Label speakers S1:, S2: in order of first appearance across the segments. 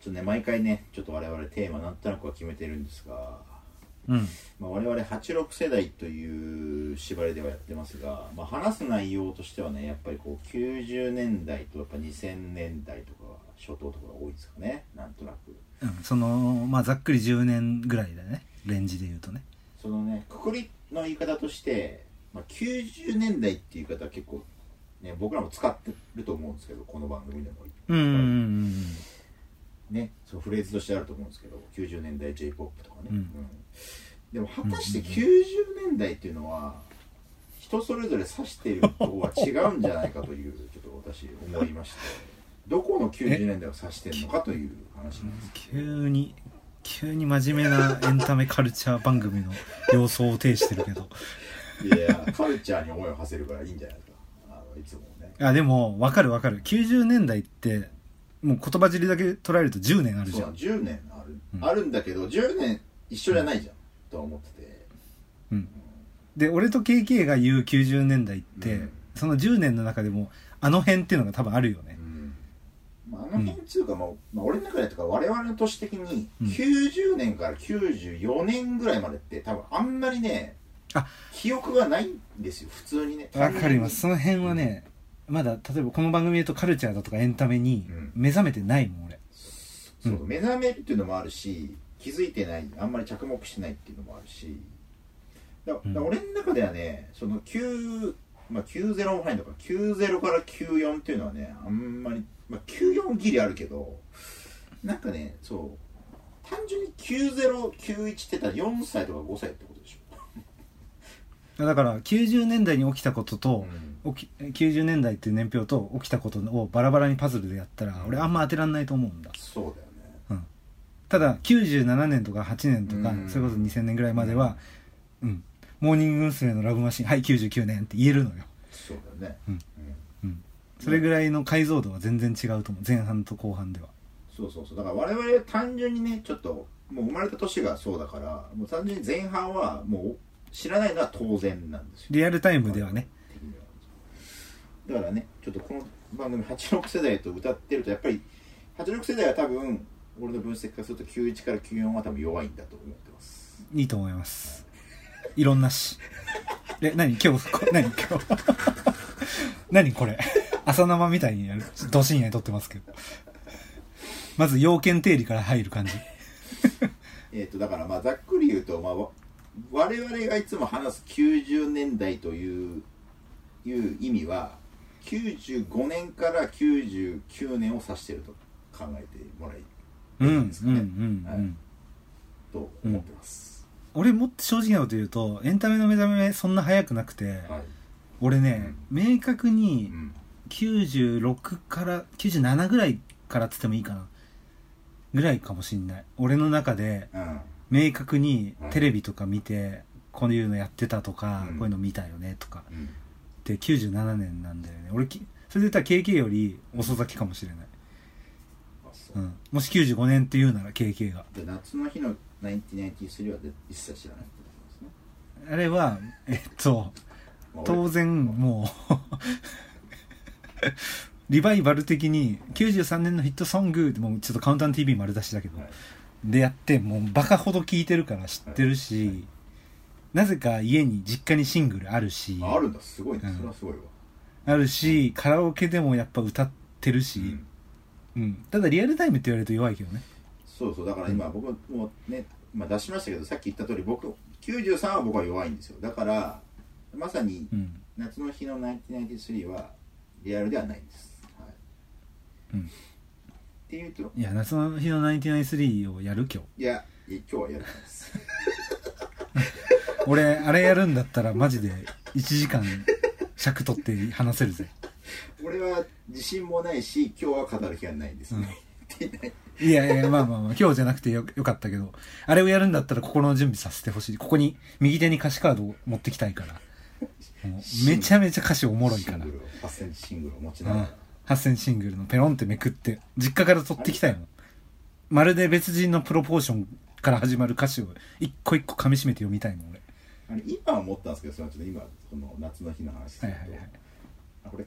S1: ちょっとね毎回ねちょっと我々テーマなんとなくは決めてるんですが、
S2: うん。
S1: まあ、我々86世代という縛りではやってますが、まあ、話す内容としてはねやっぱりこう90年代とやっぱ2000年代とかが初頭とかが多いですかねなんとなく
S2: うんその、まあ、ざっくり10年ぐらいだね。レンジで言うとね。
S1: そのねくくりの言い方として、まあ、90年代っていう言い方は結構ね僕らも使ってると思うんですけどこの番組でも
S2: うんうんうん
S1: ね、そうフレーズとしてあると思うんですけど90年代 j p o p とかね、
S2: うん
S1: でも果たして90年代っていうのは人それぞれ指しているとこは違うんじゃないかというちょっと私思いましてどこの90年代を指してるのかという話なんですけど
S2: 急に、急に真面目なエンタメカルチャー番組の様相を呈してるけど。
S1: いやカルチャーに思いを馳せるからいいんじゃないですかあのいつもね
S2: あ、でも、わかるわかる。90年代って、もう言葉尻だけ捉えると10年ある
S1: そう
S2: じ
S1: な
S2: ゃ
S1: の10
S2: ん。
S1: 年ある、
S2: うん
S1: あるんだけど10年一緒じゃないじゃん、とは思ってて
S2: うん。で、俺と KK が言う90年代って、
S1: うん
S2: その10年の中でも、あの辺っていうのが多分あるよね。
S1: まあ、あの辺っていうか、まあまあ、俺の中でとか我々の年的に
S2: うん
S1: 90年から94年ぐらいまでって多分あんまりね
S2: あ
S1: 記憶がないんですよ普通にね
S2: わかります。その辺はね、まだ、例えばこの番組で言うとカルチャーだとかエンタメに
S1: うん
S2: 目覚めてないもん、俺。
S1: そう目覚めるっていうのもあるし気づいてないあんまり着目してないっていうのもあるしだだ
S2: うん
S1: 俺の中ではねその9、まあ、90も入るのか90から94っていうのはねあんまり、まあ、94ギリあるけどなんかねそう単純に9091ってたら4歳とか5歳ってことでしょ、
S2: だから、90年代に起きたことと、
S1: ん、
S2: 起き90年代っていう年表と起きたことをバラバラにパズルでやったら、俺あんま当てらんないと思うんだ。
S1: そうだよね
S2: ただ、97年とか8年とか、
S1: うん
S2: それこそ2000年ぐらいまでは、うん、モーニング娘。のラブマシン、はい、99年って言えるのよ。
S1: そうだよね、
S2: うん
S1: うん
S2: それぐらいの解像度は全然違うと思う。前半と後半では。
S1: そうそうそうだから我々は単純にねちょっともう生まれた年がそうだからもう単純に前半はもう知らないのは当然なんですよ
S2: リアルタイムではね。
S1: 的にはだからねちょっとこの番組86世代と歌ってるとやっぱり86世代は多分俺の分析からすると91から94は多分弱いんだと思ってます
S2: いいと思います。いろんなし。え、何今日、こ何今日。何これ。朝生みたいにやる。ど深夜に撮ってますけど。まず要件定理から入る感じ。
S1: えっ、とだからまあざっくり言うと、まあわ、我々がいつも話す90年代といういう意味は95年から99年を指していると考えてもらえる
S2: うん、うん、うん、
S1: です
S2: う
S1: かねはい
S2: ん。
S1: と思ってます、
S2: 俺もっと正直なこと言うと、エンタメの目覚めそんな早くなくて、
S1: はい、
S2: 俺ね、明確
S1: う
S2: に
S1: ん、
S2: 96から、97ぐらいからっつってもいいかな。ぐらいかもしんない。俺の中で、
S1: うん、
S2: 明確に
S1: うん
S2: テレビとか見て、こういうのやってたとか、
S1: うん
S2: こういうの見たよねとか
S1: うん、
S2: で97年なんだよね俺きそれで言ったら KK より遅咲きかもしれない、、
S1: あそううん
S2: もし95年って言うなら KK が
S1: で夏の日の1993は一切知らないってことですね
S2: あれはえっと
S1: まあ俺
S2: 当然もう リバイバル的に93年のヒットソングってもうちょっとカウンター TV 丸出しだけど、
S1: はい
S2: でやってもうバカほど聴いてるから知ってるし、
S1: はいはい
S2: なぜか家に実家にシングルあるし
S1: ああるんだすごいね
S2: うん
S1: それはすごいわ、
S2: あるし、カラオケでもやっぱ歌ってる
S1: う
S2: し、
S1: ん
S2: うん。ただリアルタイムって言われると弱いけどね。
S1: そうそうだから今僕もね、まあ、出しましたけどさっき言った通り僕93は僕は弱いんですよだからまさに
S2: うん。
S1: 夏の日の1993はリアルではないんです、はい、
S2: うん
S1: っていうと
S2: いや、夏の日の993をやる今日。
S1: いやい今日はやらないです
S2: 俺、あれやるんだったらマジで1時間尺取って話せるぜ。
S1: 俺は自信もないし今日は語る気がないんですね、
S2: いやいや、まあまあまあ、今日じゃなくてよよかったけど、あれをやるんだったら心の準備させてほしい。ここに右手に歌詞カードを持ってきたいから。もうめちゃめちゃ歌詞おもろいか
S1: シン
S2: ら
S1: グ。ルを8センチシングルを持ちなが
S2: うん
S1: ら、
S2: 8000シングルのペロンってめくって実家から取ってきたよまるで別人のプロポーションから始まる歌詞を一個一個噛み締めて読みたいもん俺
S1: あの今思ったんですけどそれはちょっと今この夏の日の話す
S2: は
S1: る
S2: い
S1: と、
S2: はいはい
S1: あこれ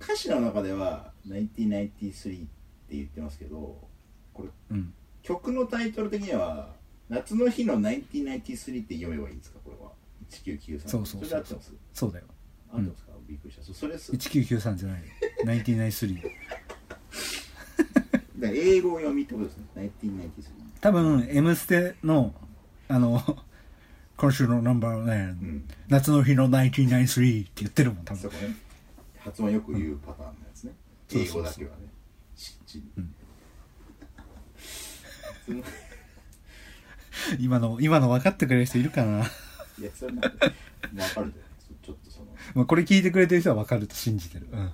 S1: 歌詞の中では1993って言ってますけどここれ
S2: うん。
S1: 曲のタイトル的には「夏の日の1993」って読めばいいんですかこれは1993
S2: そうそうそうそう
S1: れで合ってます
S2: そうだよ。
S1: 合ってますか、びっくりしたそそれす
S2: 1993じゃないよ。
S1: だ
S2: 1993。
S1: から英語読みってことですね1993
S2: 多分、M ステの、あの、今週のナンバーね、
S1: うん
S2: 夏の日の1993って言ってるもん、多
S1: そ
S2: 分。
S1: こね発音よく言うパターンのやつね、
S2: うん
S1: 英語だけはねしっちり、その
S2: 今の、今の分かってくれる人いるかな
S1: いやそれなんか分かるじゃないそちょっとその
S2: まあこれ聞いてくれてる人は分かると信じてる。うん。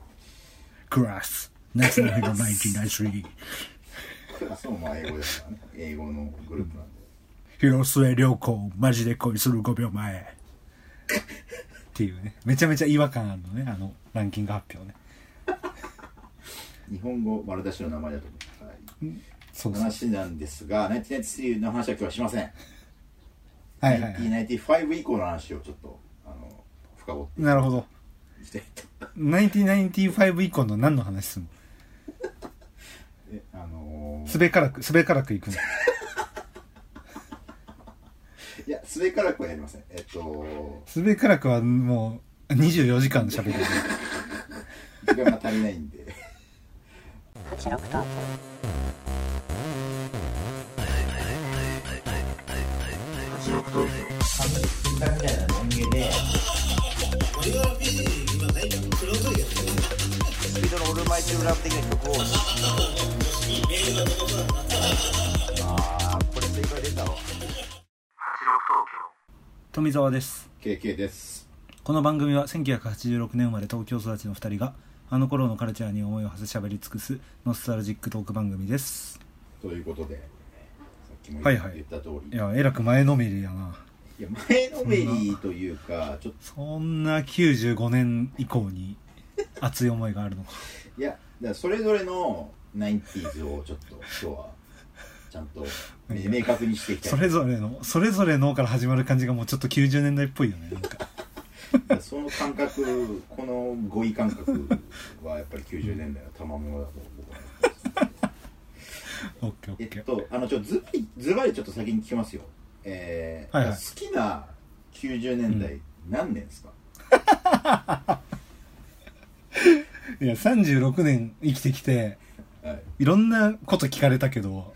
S2: クラス。夏の日の1993。
S1: クラスもまあ英語ですからね英語のグループなんで、
S2: 広末涼子、マジで恋する5秒前。っていうね。めちゃめちゃ違和感あるのね、あの、ランキング発表ね。
S1: 日本語丸出しの名前だと思う、はい
S2: そうそう。
S1: 話なんですが1993の話は今日はしません
S2: はいはい、はい。
S1: 1995以降の話をちょっとあの深掘って
S2: なるほど。
S1: いきたいと
S2: 1995以降の何の話すんの
S1: えあのー
S2: すべからく、すべからく行くの。
S1: いや末からくはやりませんえっと
S2: すべからくはもう24時間喋れる。
S1: 時間が足りないんで
S3: スピードのオールマイティブラブ的な曲をああこれ正解出たわ
S2: 富澤です。
S1: KK です
S2: この番組は1986年生まれ東京育ちの2人が、あの頃のカルチャーに思いを馳せ喋り尽くすノスタルジックトーク番組です。
S1: ということでさっきも
S2: は
S1: 言
S2: い
S1: っ
S2: はい
S1: 言った通り、
S2: いや、えらく前のめりやな。
S1: いや前のめりというかちょっ
S2: そんな95年以降に熱い思いがあるのか。
S1: といやだからそれぞれの 90s をちょっと今日はちゃんと明明確にして いきたい
S2: それぞれの、それぞれのから始まる感じがもうちょっと90年代っぽいよね。なんか
S1: その感覚この語彙感覚はやっぱり90年代の賜物だと僕は思ってます
S2: オッケーオ
S1: え
S2: ッケ
S1: っ
S2: ー。
S1: とあのちょっとずばりずばりちょっと先に聞きますよえー
S2: はいはい
S1: 好きな90年代何年ですか、
S2: いや、36年生きてきて、
S1: はい、
S2: いろんなこと聞かれたけど、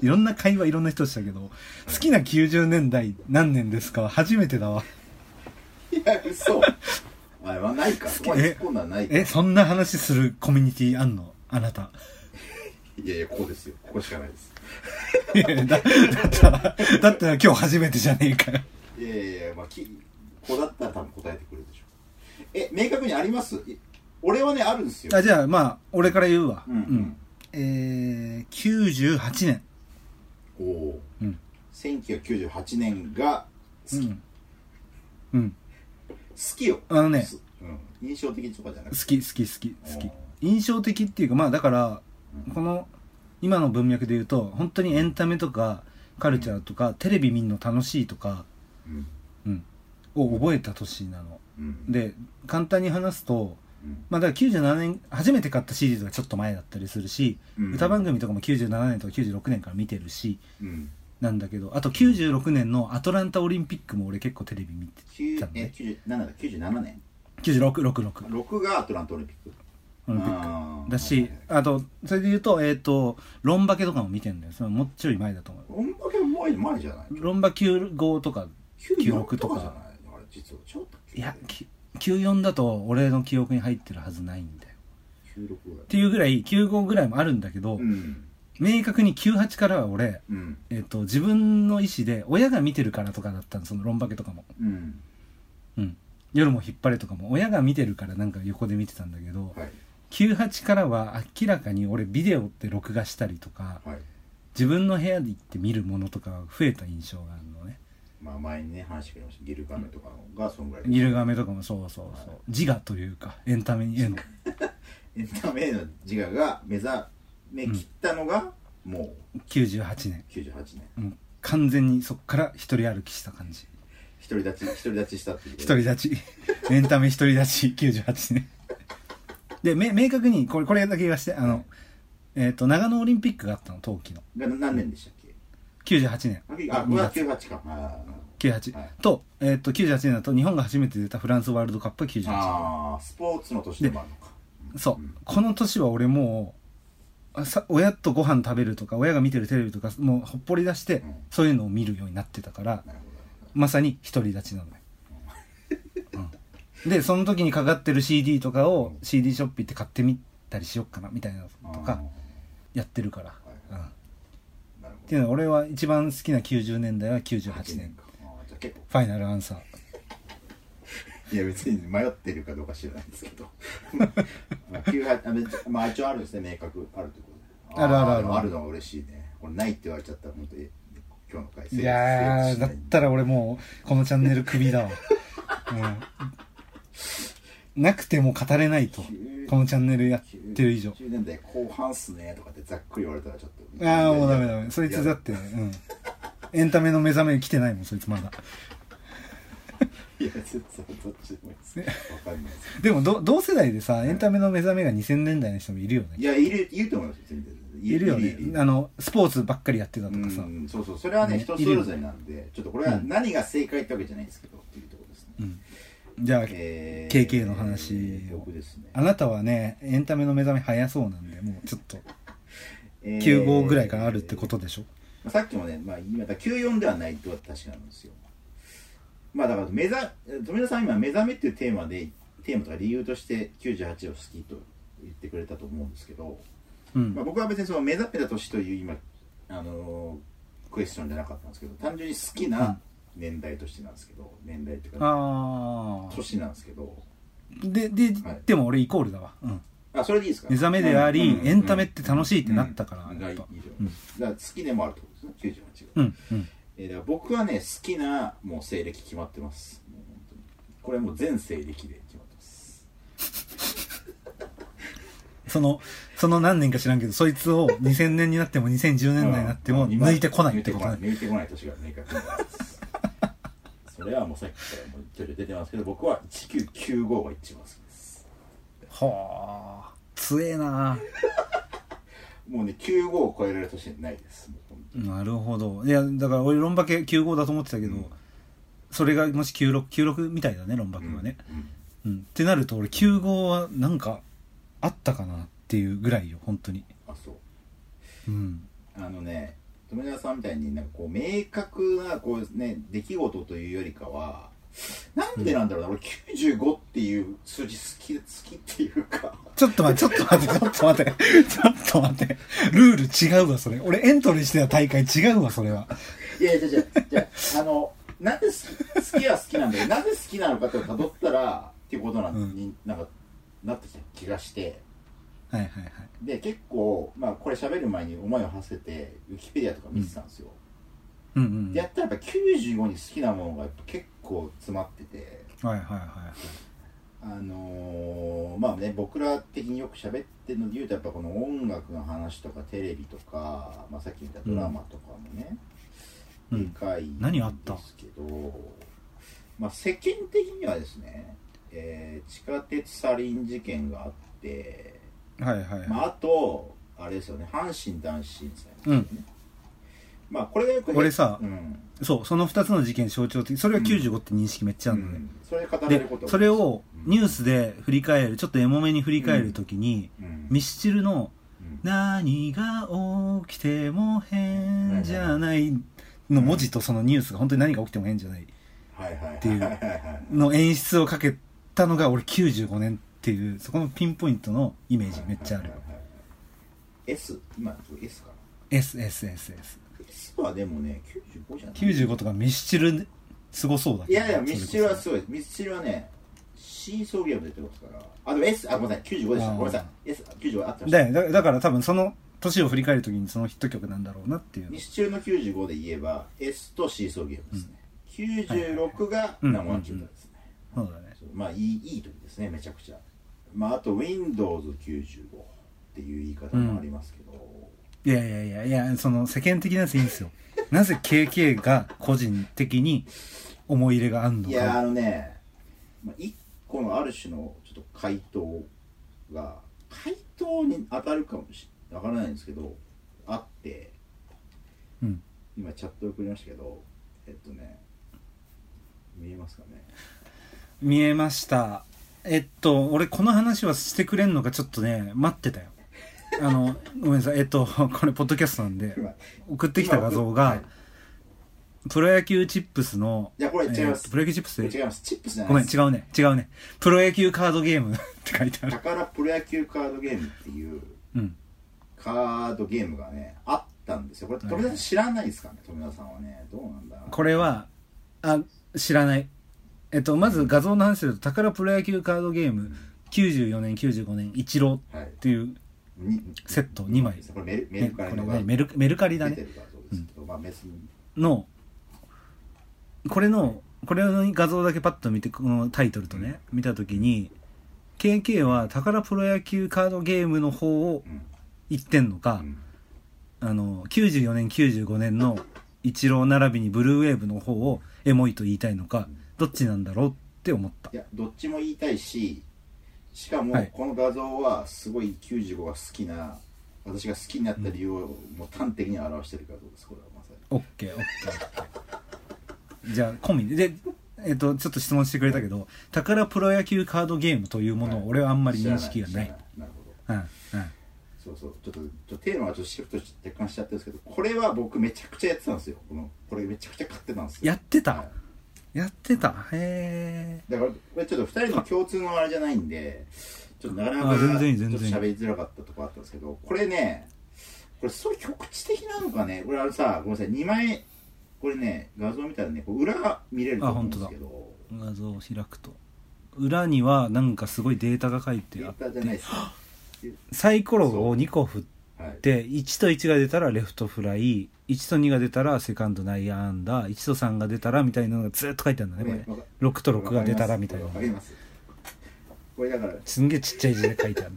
S2: いろんな会話いろんな人したけど、好きな90年代何年ですか初めてだわ。
S1: いや嘘あれはないかそこまで突っ込んだらないか
S2: え、
S1: い
S2: そんな話するコミュニティあんのあなた。
S1: やいやここですよここしかないです
S2: いやいやだだったら、だったら今日初めてじゃねえかよ。
S1: いやいやいやまあきここだったら多分答えてくれるでしょうえ明確にありますい俺はねあるんですよ
S2: あじゃあまあ俺から言うわ、
S1: うんうん
S2: えー、98年、
S1: おお
S2: うん
S1: 1998年が
S2: う
S1: 好き、好
S2: んうん、
S1: きよ
S2: あのね
S1: すうん、印象的とかじゃな
S2: 好
S1: くて
S2: き好き好き好
S1: う
S2: き
S1: ん
S2: 印象的っていうかまあだからこの今の文脈で言うと本当にエンタメとかカルチャーとかテレビ見るの楽しいとか、
S1: うん
S2: うん、を覚えた年なの
S1: うん
S2: で簡単に話すと
S1: うん
S2: まあだから97年初めて買った CD とかちょっと前だったりするし、
S1: うん
S2: 歌番組とかも97年とか96年から見てるし
S1: うん
S2: なんだけどあと96年のアトランタオリンピックも俺結構テレビ見て
S1: 9
S2: たの
S1: え
S2: ね
S1: 97だ97年
S2: 9666
S1: 6がアトランタオリンピック
S2: オリンピッ
S1: あ
S2: ク
S1: ー
S2: だしあとそれで言うとえっ、とロンバケとかも見てるんだよそれもうちょい前だと思う
S1: 音楽も前前じゃない
S2: ロンバ95とか
S1: 96
S2: 96
S1: と
S2: と
S1: か
S2: か
S1: じゃないあれ実はちょっと
S2: いやき94だと俺の記憶に入ってるはずないんだよ
S1: 96ぐらい
S2: っていうぐらい95ぐらいもあるんだけど、
S1: うん
S2: 明確に98からは俺
S1: うん
S2: えっと自分の意思で親が見てるからとかだったのそのロンバケとかも
S1: うん
S2: うん夜も引っ張れとかも親が見てるからなんか横で見てたんだけど、
S1: はい
S2: 98からは明らかに俺ビデオって録画したりとか
S1: はい
S2: 自分の部屋で行って見るものとかが増えた印象があるのね
S1: まあ前にね話してくれましたギルガメとかのがそんぐらい
S2: ギルガメとかもそうそうそう、自我というかエンタメに絵の
S1: エンタメへの自我が目覚め切ったのがもう
S2: 98年
S1: 98年
S2: もう完全にそっから独り歩きした感じ
S1: 独り立ち独り立ちしたっていう
S2: 独り立ち エンタメ独り立ち98年でめ明確にこれこれだけ言わしてあのえっ、と、長野オリンピックがあったの、冬季の。
S1: な何年でしたっけ
S2: 98年。
S1: あ、これは
S2: 2
S1: 98か。あ
S2: 月98、
S1: はい
S2: と、えっ、と、98年だと日本が初めて出たフランスワールドカップが
S1: ー
S2: 98
S1: あー、スポーツの年でもあるのか。
S2: 年。そう。この年は俺もう、あさ親とご飯食べるとか、親が見てるテレビとか、もうほっぽり出して、
S1: ん
S2: そういうのを見るようになってたから、
S1: なるほど。
S2: まさに独り立ちなのよ、うん、でその時にかかってる CD とかを CD ショッピーって買ってみたりしよっかなみたいなのと
S1: あ
S2: かやってるから、
S1: い
S2: うん、っ
S1: ーなるほ
S2: ていうのは俺は一番好きな90年代は
S1: ど。
S2: 98年
S1: か。あーじゃあ結構。
S2: ファイナルアンサー
S1: いや、別に迷ってるかどうか知らないですけ ど。まあ、98あ別にまあ、一応あるんですね、明確。あるってことで。
S2: あるあるある
S1: ーでもあるのは嬉しいね。これないって言われちゃったら、本当に今日の回成立
S2: いや
S1: 成立
S2: ー
S1: し
S2: だ
S1: な
S2: っ
S1: い
S2: たら俺もうこのチャンネルクビだわ、うん、なくても語れないとこのチャンネルやってる以上
S1: 90年代後半っすねとかってざっくり言われたらちょっと
S2: ああもうダメダメそいつだってうんエンタメの目覚め来てないもんそいつまだ
S1: いや全然どっちでもいい ですわかんないです
S2: でもど同世代でさエンタメの目覚めが2000年代の人もいるよ
S1: い
S2: ね
S1: やいるいると思いますよ全然
S2: いるよね
S1: いる
S2: あのスポーツばっかりやってた
S1: う
S2: とかさ、
S1: んそうそうそれはね
S2: ね
S1: 人それぞれなんでちょっとこれは何が正解ってわけじゃないんですけどっていうところですね
S2: じゃあ、
S1: えー
S2: KK の話を
S1: 僕ですね
S2: あなたはねエンタメの目覚め早そうなんでもうちょっと
S1: えー
S2: 9号ぐらいからあるってことでしょ、
S1: まあさっきもね、まあ、今だから94ではないとは確かなんですよ。まあだから目覚、富田さん今、目覚めっていうテーマで、テーマとか理由として98を好きと言ってくれたと思うんですけど、
S2: うん
S1: まあ、僕は別にその目覚めた年という今、あのークエスチョンじゃなかったんですけど、単純に好きな年代としてなんですけど、年代というか、
S2: ああ
S1: 年なんですけど、
S2: でで、
S1: はい
S2: でも俺イコールだわ、うん、
S1: あ、それでいいですか
S2: 目覚めであり、
S1: うんうんうん
S2: エンタメって楽しいってなったから、
S1: うん
S2: や
S1: が
S2: っ
S1: 以上
S2: ぱ
S1: です
S2: うん
S1: だから好きでもあるってことですね、98が。
S2: うんうん
S1: えーだから僕はね好きなもう西暦決まってますもう本当にこれもう全西暦で決まってます
S2: そのその何年か知らんけどそいつを2000年になっても2010年代になっても
S1: うん今
S2: 抜いてこないってことね
S1: 抜いてこない抜いてこない年が明確にあります それはもうさっきからもうちょいちょい出てますけど僕は1995が一番好きです
S2: はあ強えな
S1: もうね95を超えられる年じゃないですもう本当に
S2: なるほどいやだから俺ロンバケ95だと思ってたけど、
S1: うん
S2: それがもし9696みたいだねロンバケはね、
S1: うん
S2: うんってなると俺95はなんかあったかなっていうぐらいよ本当に
S1: あそう
S2: うん
S1: あのね富澤さんみたいになんかこう明確なこう、ね、出来事というよりかはなんでなんだろうな、俺95っていう数字好き好きっていうか
S2: ちょっと待って、ちょっと待って、ちょっと待って、ちょっと待って。ルール違うわ、それ。俺エントリーしてた大会違うわ、それは。
S1: いやいやいやいやいやあのなんで好き好きは好き なんだよなぜ好きなのかってたどったらっていうことなん,、
S2: うん
S1: になんかなってきた気がして
S2: はいはいはい。
S1: で結構、まあ、これ喋る前に思いを馳せてウィキペディアとか見てたんですよ、
S2: うんうん。
S1: でやったらやっぱ95に好きなものがやっぱ結構詰まってて
S2: はいはいは
S1: あのーまあね僕ら的によく喋ってるので言うとやっぱこの音楽の話とかテレビとか、まあ、さっき言ったドラマとかもね、
S2: うん
S1: でかいん
S2: 何あった
S1: ですけど、まあ、世間的にはですね、えー地下鉄サリン事件があって、
S2: い。はいはいはい。
S1: まあ、あとあれですよね阪神男子震災です
S2: う
S1: ね、
S2: ん。
S1: まあこれがよく
S2: 俺さ
S1: うん
S2: そう、その2つの事件象徴的。それは95って認識めっちゃあ
S1: う
S2: るのね。
S1: ん、それで語れる
S2: で
S1: こと、
S2: それ、を
S1: うん
S2: ニュースで振り返る、ちょっとエモめに振り返るときに、
S1: うん
S2: ミスチルの
S1: うん
S2: 「何が起きても変じゃない」の文字とそのニュースが本当に何が起きても変じゃない
S1: はいはいはい
S2: ていう
S1: はいはいはい
S2: の演出をかけたのが俺95年っていう、そこのピンポイントのイメージめっちゃある
S1: はい。はいはいはい S 今 S かな
S2: S、S、S、S。
S1: S はでもね95じゃない
S2: 95とかミスチルすごそうだ
S1: い
S2: けど。
S1: やいやミスチルは
S2: そ
S1: すごいですミスチルはねシーソーゲーム出てますからあでも S あごめんなさい95でした
S2: あー
S1: ごめんなさい S95 あってました
S2: れこそだよねだだから多分その年を振り返るときにそのヒット曲なんだろうなっていうの
S1: ミ。スチルの95で言えば S とシーソーゲームですね、96が
S2: うん
S1: 生中断ですね、
S2: そうだね。
S1: そうまあいいいい時ですねめちゃくちゃまああと Windows95 っていう言い方もありますけど、
S2: いやいやいやいや、その世間的なやついいんですよ。なぜ KK が個人的に思い入れがあんの
S1: いや
S2: か。
S1: あのね、まあ、一個のある種のちょっと回答が回答に当たるかもしわからないんですけどあって
S2: うん。
S1: 今チャット送りましたけどえっとね見えますかね
S2: 見えました。えっと、俺この話はしてくれんのかちょっとね、待ってたよ。あの、ごめんなさい。えっと、これポッドキャストなんで、
S1: 今
S2: 送ってきた画像が、
S1: はい
S2: プロ野球チップスの、
S1: いやこれ違います
S2: えープロ野球チップス
S1: 違いますチップスじゃ
S2: ご
S1: な
S2: め
S1: い
S2: ん、
S1: で
S2: 違
S1: す
S2: うね。違うね。プロ野球カードゲーム って書いてある。
S1: 宝プロ野球カードゲームっていう
S2: うん。
S1: カードゲームがねあったんですよこれ富田さん知らないですかね富田さんはねどうなんだろう
S2: これは、あ、知らない。えっと、まず画像の話すると、宝プロ野球カードゲーム、94年、95年、イチローっ
S1: はい
S2: ていう、
S1: に
S2: セット二枚
S1: これメルメ
S2: ね、
S1: ル
S2: こ
S1: カ
S2: れ
S1: リのが
S2: ね、メルメルカリだ
S1: 出て
S2: ね。
S1: る画像ですけど、まあメスに
S2: の、これの、これの画像だけパッと見て、このタイトルとね、見たときに、KK は宝プロ野球カードゲームの方を
S1: うん
S2: 言ってんのか、
S1: うん
S2: あの、94年、95年のイチロー並びにブルーウェーブの方をエモいと言いたいのか、どっちなんだろうって思った
S1: い。やどっちも言いたいししか
S2: は
S1: も
S2: い
S1: この画像はすごい95が好きな私が好きになった理由をもう端的に表してる画像ですこれはまさに
S2: オッケー、オッケー、オッケー。じゃあ、込みで。で、えっと、ちょっと質問してくれたけど、宝プロ野球カードゲームというものを俺はあんまり認識が
S1: 知ら
S2: な
S1: 知ら
S2: い。
S1: なるほど
S2: うん、うん。
S1: そうそうちょっとちょっとテーマはちょっとシフトし若干しちゃってるんですけどこれは僕めちゃくちゃやってたんですよこのこれめちゃくちゃ買ってたんですよ
S2: やって
S1: は
S2: た
S1: い
S2: やってたへえ。
S1: だからこれちょっと2人の共通のあれじゃないんでちょっとなかなか
S2: あ
S1: ちょっ
S2: 全
S1: と
S2: 然いい全然いい
S1: 喋りづらかったとこあったんですけどこれねこれすごい局地的なのかねこれあのさごめんなさい2枚これね画像見たらねこう裏が見れると思うんですけど
S2: 画像を開くと。裏にはなんかすごいデータが書い
S1: デ
S2: てあ
S1: ー
S2: っ
S1: タじゃないで
S2: て、
S1: すは
S2: サイコロを2個振って、
S1: い
S2: で1と1が出たらレフトフライ1と2が出たらセカンド内野安打1と3が出たらみたいなのがずっと書いてあるんだね
S1: ね
S2: こ
S1: わか
S2: れ6と6が出たらみたいな
S1: わかりますこれだから
S2: すんげえちっちゃい字で書いてある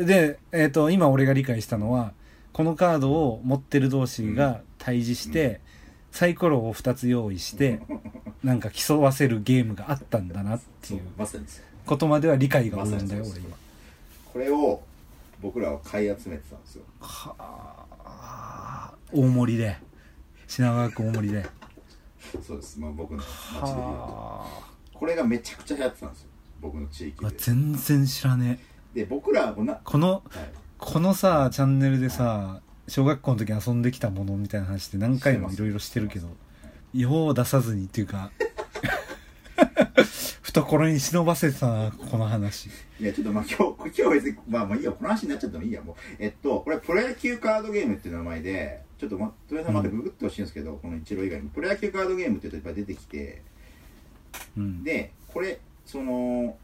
S2: な で、えっと今俺が理解したのはこのカードを持ってる同士が対峙して、サイコロを2つ用意してなんか競わせるゲームがあったんだなって
S1: そ
S2: いうう
S1: まさにそう
S2: ことまでは理解が及んだよ
S1: まさ
S2: 俺
S1: にそう
S2: 今
S1: これを僕らは買い集めてたんですよ
S2: はあ大盛りで品川区大盛りで
S1: そうですまあ僕の街で言うと
S2: はあ
S1: これがめちゃくちゃ流行ってたんですよ僕の地域
S2: あ
S1: で
S2: 全然知らねえ
S1: で僕らはこんな、は
S2: この
S1: い、
S2: このさチャンネルでさ小学校の時遊んできたものみたいな話って何回もいろいろしてるけどよう出さずにっていうか 懐に忍ばせてたなこの話
S1: いや、ちょっとまあ今日、今日別に、まあまあいいよ、この話になっちゃってもいいや、もう。えっと、これプロ野球カードゲームっていう名前で、ちょっとま、とりあえずまたググってほしいんですけど、この一郎以外にも、プロ野球カードゲームっていうといっぱい出てきて、
S2: うん
S1: で、これ、その、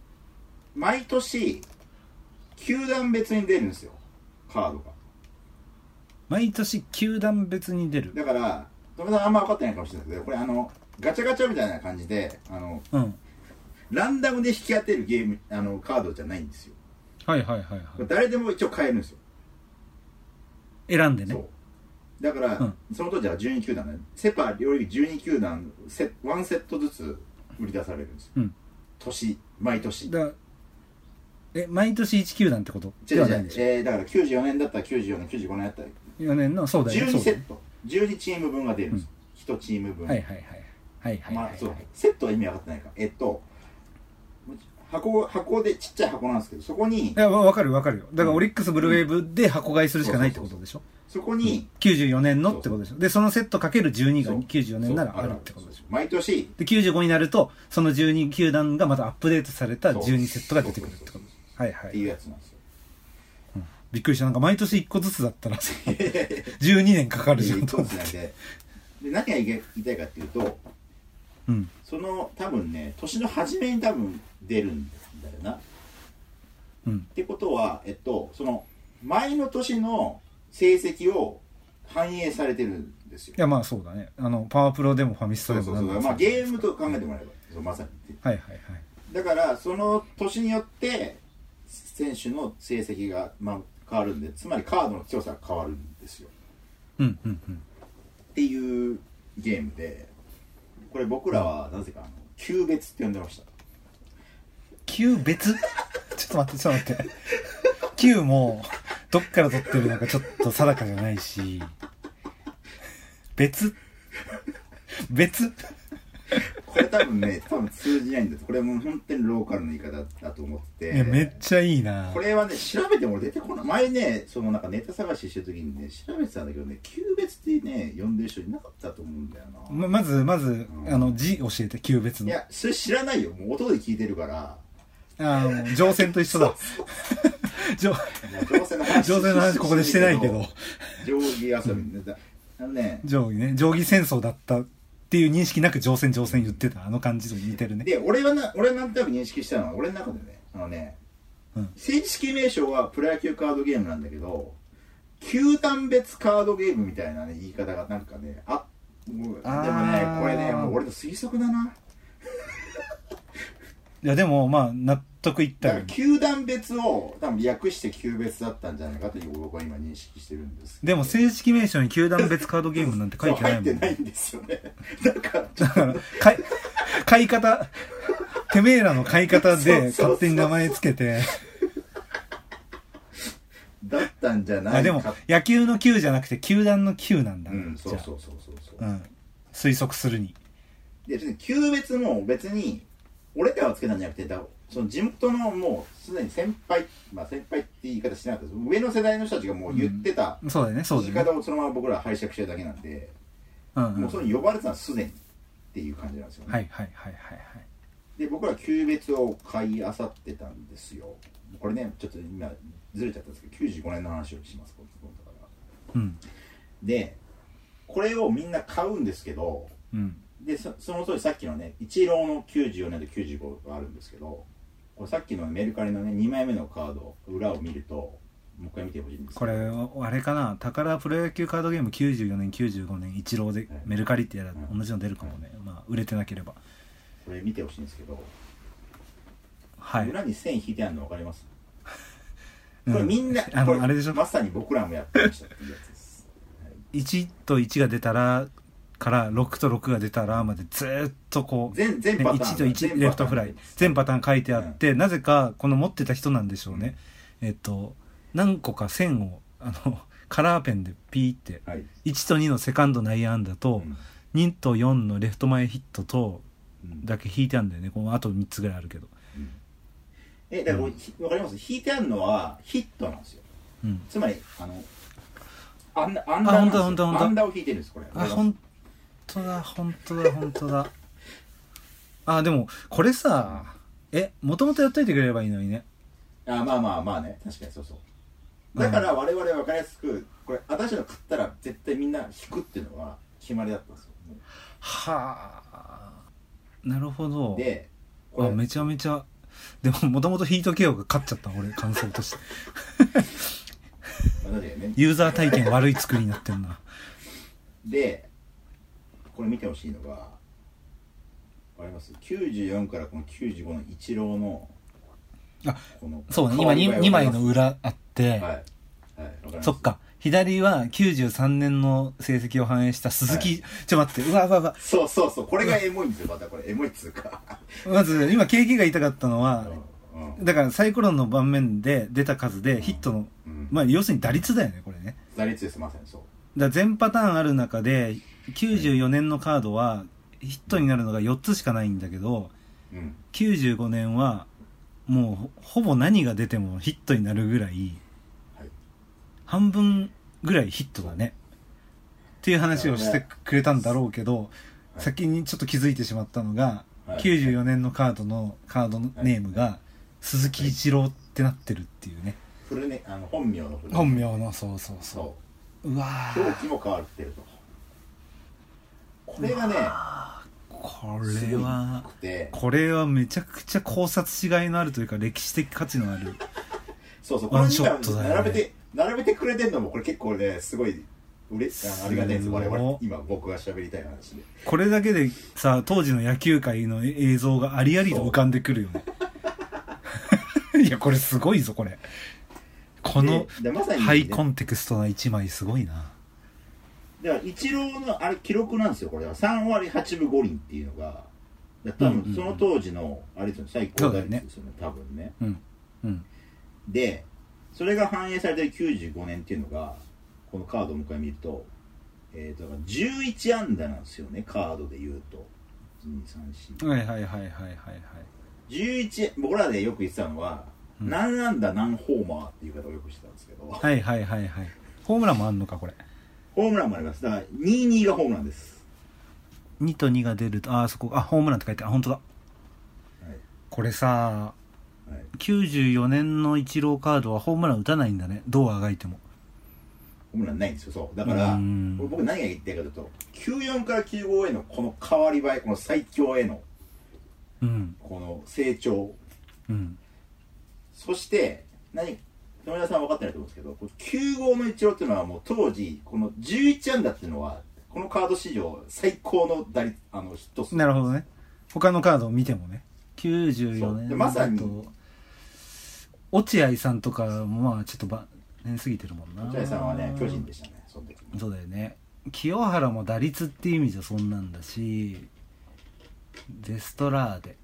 S1: 毎年、球団別に出るんですよ、カードが。
S2: 毎年球団別に出る
S1: だから、富田さんあんま分かってないかもしれないけど、これあの、ガチャガチャみたいな感じで、あの、
S2: うん
S1: ランダムで引き当てるゲーム、あの、カードじゃないんですよ。
S2: はいはいはい
S1: こ
S2: は
S1: れ
S2: い
S1: 誰でも一応買えるんですよ。
S2: 選んでね
S1: そうだから、
S2: うん
S1: その当時は12球団ねセ・パ両リーグ12球団セワンセットずつ売り出されるんですよ、
S2: うん
S1: 年毎年
S2: だえ毎年1球団ってこと
S1: 違う
S2: では
S1: 違
S2: ないん
S1: う
S2: でしょ
S1: えーだから94年だったら94年95年だったら
S2: 4年のそうだよね
S1: 12
S2: そう
S1: セ
S2: だよ
S1: ッ
S2: ね
S1: ト、12チーム分が出るんですよ、1チーム分、
S2: はいはいはいはいはいはい
S1: まあ、そう
S2: はい
S1: セットは意味分かってないからえっと箱箱でちっちゃい箱なんですけどそこに
S2: いや、わわかるわかるよ。だからオリックスブルーウェーブで箱買いするしかないってことでしょ
S1: そこに、
S2: 94年のってことでしょで、そのセットかける12が
S1: そう
S2: 94年なら
S1: そう
S2: あるってことでしょ
S1: そう毎年
S2: で、95になると、その12球団がまたアップデートされた
S1: そう
S2: 12セットが出てくるってこ
S1: そうそ
S2: と
S1: うそう。
S2: はいは
S1: っていう
S2: い。
S1: やつなんですよ
S2: びっくりした。なんか毎年1個ずつだったら、12年かかるじゃん
S1: そ
S2: と
S1: う
S2: 思っ
S1: です
S2: て。
S1: ねでで何が言いたいかっていうと
S2: うん。
S1: その多分ね年の初めに多分出るんだよなっ
S2: うん。
S1: てことはえっとその前の年の成績を反映されてるんですよ
S2: いや、まあそうだね。あの、パワープロでもファミスト
S1: そ
S2: で
S1: うそ
S2: も
S1: う
S2: な
S1: そ
S2: んでも
S1: うまあゲームと考えてもらえばそうまさに
S2: はいはいはい。
S1: だからその年によって選手の成績が、まあ、変わるんでつまりカードの強さが変わるんですよ
S2: うんうんうん。
S1: っていうゲームでこれ僕らはなぜかあの級別って呼んでました
S2: 9別ちょっと待って、ちょっと待って。9も、どっから撮ってるのかちょっと定かじゃないし、別別
S1: これ多分ね 多分通じないんですこれもう本当にローカルの言い方だと思って
S2: い
S1: て
S2: や、めっちゃいいな
S1: これはね調べても俺出てこない前ねそのなんかネタ探ししてる時にね調べてたんだけどね旧別でね呼んでる人いなかったと思うんだよな、
S2: ま、まず、まず、
S1: うん
S2: あの、字教えて、旧別
S1: い
S2: の。あ
S1: やそれ知らないよもう音で聞いてる から
S2: あー、もう乗船と一緒 だ。乗
S1: 上手の話
S2: 乗船の話ここでしてないけど、
S1: 定規遊びねだあのね
S2: 定規ね、定規戦争だったっていう認識なく乗船乗船言ってた。あの感じと似てるね。
S1: で俺はな俺はなんとなく認識したのは俺の中でねあのね、
S2: うん
S1: 正式名称はプロ野球カードゲームなんだけど球団別カードゲームみたいな、ね、言い方がなんかねあもうでも
S2: あー
S1: ねこれねもう俺の推測だない
S2: や、でも、まあ、納得いっ
S1: だか
S2: た
S1: ら
S2: よ。
S1: 球団別を多分略して球別だったんじゃないかという僕は今認識してるんです
S2: でも、正式名称に球団別カードゲームなんて書いてないもん。
S1: そう入ってないんですよねだから
S2: だから、買い、買い方、てめえらの買い方
S1: そ
S2: で
S1: うそうそう
S2: 勝手に名前つけて、
S1: だったんじゃないか
S2: あでも、野球の球じゃなくて、球団の球なんだ。
S1: うんそう
S2: じ
S1: そうそうそうそう、
S2: ゃあうん。推測するに。
S1: で別に級別も別に俺らはつけたんじゃなくてだその地元のもうすでに先輩まあ先輩って言い方しなかったです上の世代の人たちがもう言ってた
S2: そうだよね、そう
S1: 言
S2: だ
S1: い
S2: よね。
S1: 方をそのまま僕らは拝借してるだけなんで、
S2: うん、う
S1: も
S2: ん。
S1: う
S2: はい
S1: それに呼ばれてたのはすでにっていう感じなんですよね、
S2: はいはいはい
S1: で僕ら級別を買い漁ってたんですよこれねちょっと今ずれちゃったんですけど95年の話をしますこのだから
S2: はい。うん。
S1: でこれをみんな買うんですけど
S2: うん。
S1: でそその通りさっきのね一郎の94年と95があるんですけどこれさっきのメルカリのね2枚目のカード裏を見るともう一回見てほしいんです
S2: こ
S1: けど
S2: れ、あれかな、宝プロ野球カードゲーム94年、95年、イチローで
S1: はい、
S2: メルカリってやら
S1: うん
S2: 同じの出るかもね。まあ、売れてなければ。
S1: これ見てほしいんですけど、
S2: はい。
S1: 裏に線引いてあるの分かります
S2: うん
S1: これみんな、
S2: あ
S1: こ
S2: の、あれでしょ
S1: まさに僕らもやってましたっていうやつです
S2: 1と1が出たらから6と6が出たらまでずーっとこう
S1: 全全
S2: ね
S1: パターン
S2: 1と1
S1: 全
S2: レフトフラ
S1: パ
S2: イ
S1: ターン
S2: 全パターン書いてあって、なぜかこの持ってた人なんでしょうね、えっと何個か線をあの カラーペンでピーって
S1: はい、
S2: 1と2のセカンド内野安打
S1: う
S2: と、
S1: ん
S2: 2と4のレフト前ヒットと
S1: うん
S2: だけ引いてあるんだよねこのあと3つぐらいあるけど、
S1: えだからこれ、ひ分かります引いてあるのはヒットなんですよ
S2: うん、
S1: つまりあのあんアンダーなんですよ
S2: あ本当だ
S1: ア
S2: 本当だ本当だ
S1: ンダーを引いてるんですこれ
S2: あ本当だ本当だ本当だあでもこれさえもともとやっといてくれればいいのにね
S1: あまあまあまあね確かにそうそうだから我々は分かりやすくこれ私の買ったら絶対みんな引くっていうのは決まりだったんですよも
S2: はあなるほど
S1: うでこ
S2: あ
S1: れ
S2: めちゃめちゃでももともとヒートケオが勝っちゃった俺感想として
S1: まあだってね
S2: ユーザー体験悪い作りになってんな
S1: でこれ見てほしいのが分かります94からこの95のイチローの
S2: あ
S1: この
S2: そうね
S1: 変
S2: 今
S1: わり
S2: 2,
S1: 具合
S2: 枚
S1: わかり
S2: の
S1: ま
S2: 裏あって、
S1: すはいはいわかります
S2: そっか左は93年の成績を反映した鈴木、ちょっと待ってうわうわうわ
S1: そうそうそうこれがエモいんですよまたこれエモいっつう か、
S2: まず今景気が痛かったの
S1: う
S2: は
S1: んうん
S2: だからサイコロの盤面で出た数でヒットの、
S1: うん、
S2: まあ要するに打率だよねこれね
S1: 打率ですまさにそう
S2: だから全パターンある中で94年のカードはヒットになるのが4つしかないんだけど
S1: うん
S2: 95年はもうほぼ何が出てもヒットになるぐらい
S1: はい
S2: 半分ぐらいヒットだねっていう話をしてくれたんだろうけど
S1: はい
S2: 先にちょっと気づいてしまったのが
S1: はい
S2: 94年のカードのカードネームが鈴木一郎ってなってるっていうね
S1: フルネあの本名のフルネ
S2: 本名のそうそうそう
S1: そう
S2: うわ
S1: 表
S2: ー
S1: 記も変わってるとこれがね
S2: こ
S1: す
S2: れ
S1: ご
S2: は
S1: くて
S2: これはめちゃくちゃ考察しがいのあるというか歴史的価値のある
S1: そうそうこ
S2: ワ
S1: の
S2: ンシ
S1: 時
S2: ョ
S1: 間
S2: ットだよね
S1: 並べて並べてくれてんのもこれ結構ねすごい嬉しあのありがたいです
S2: すごい
S1: 我々今僕が喋りたい話で
S2: これだけでさ当時の野球界の映像がありありと浮かんでくるよね いやこれすごいぞこれこの
S1: ででまさにね
S2: ハイコンテクストな一枚すごいな
S1: だからイチローのあれ記録なんですよこれは3割8分5厘っていうのがだから多
S2: うんうんう
S1: 分
S2: ん
S1: その当時のあれですよね最高打率ですよね多分ね
S2: うんうん
S1: でそれが反映されてる95年っていうのがこのカードをもう一回見ると,、えー、とだから11安打なんですよねカードで言うと1234
S2: はいはいはいはいはいはい
S1: 11僕らでよく言ってたのは、
S2: うん
S1: 何安打何ホーマーっていう言い方をよくしてたんですけど、
S2: はいはいはいはいホームランもあんのかこれ
S1: ホームランもありますだから22がホームランです、
S2: 2と2が出るとあーそこあホームランって書いてあるあ本当だ
S1: はい
S2: これさ
S1: はい、
S2: 94年のイチローカードはホームラン打たないんだねどうあがいても
S1: ホームランないんですよそうだから
S2: うん
S1: これ僕何が言ってるかというと94から95へのこの変わり映えこの最強への
S2: うん
S1: この成長
S2: うん
S1: そして何野村さんは分かってないと思うんですけどこの9号のイチローっていうのはもう当時この11安打っていうのはこのカード史上最高の打率あのヒット数
S2: なるほどね他のカードを見てもね94
S1: そうで
S2: 年
S1: まさに
S2: だと落合さんとかもまあちょっとば年過ぎてるもんな
S1: 落合さんはね巨人でしたねその時に
S2: そうだよね清原も打率っていう意味じゃそんなんだしデストラーデ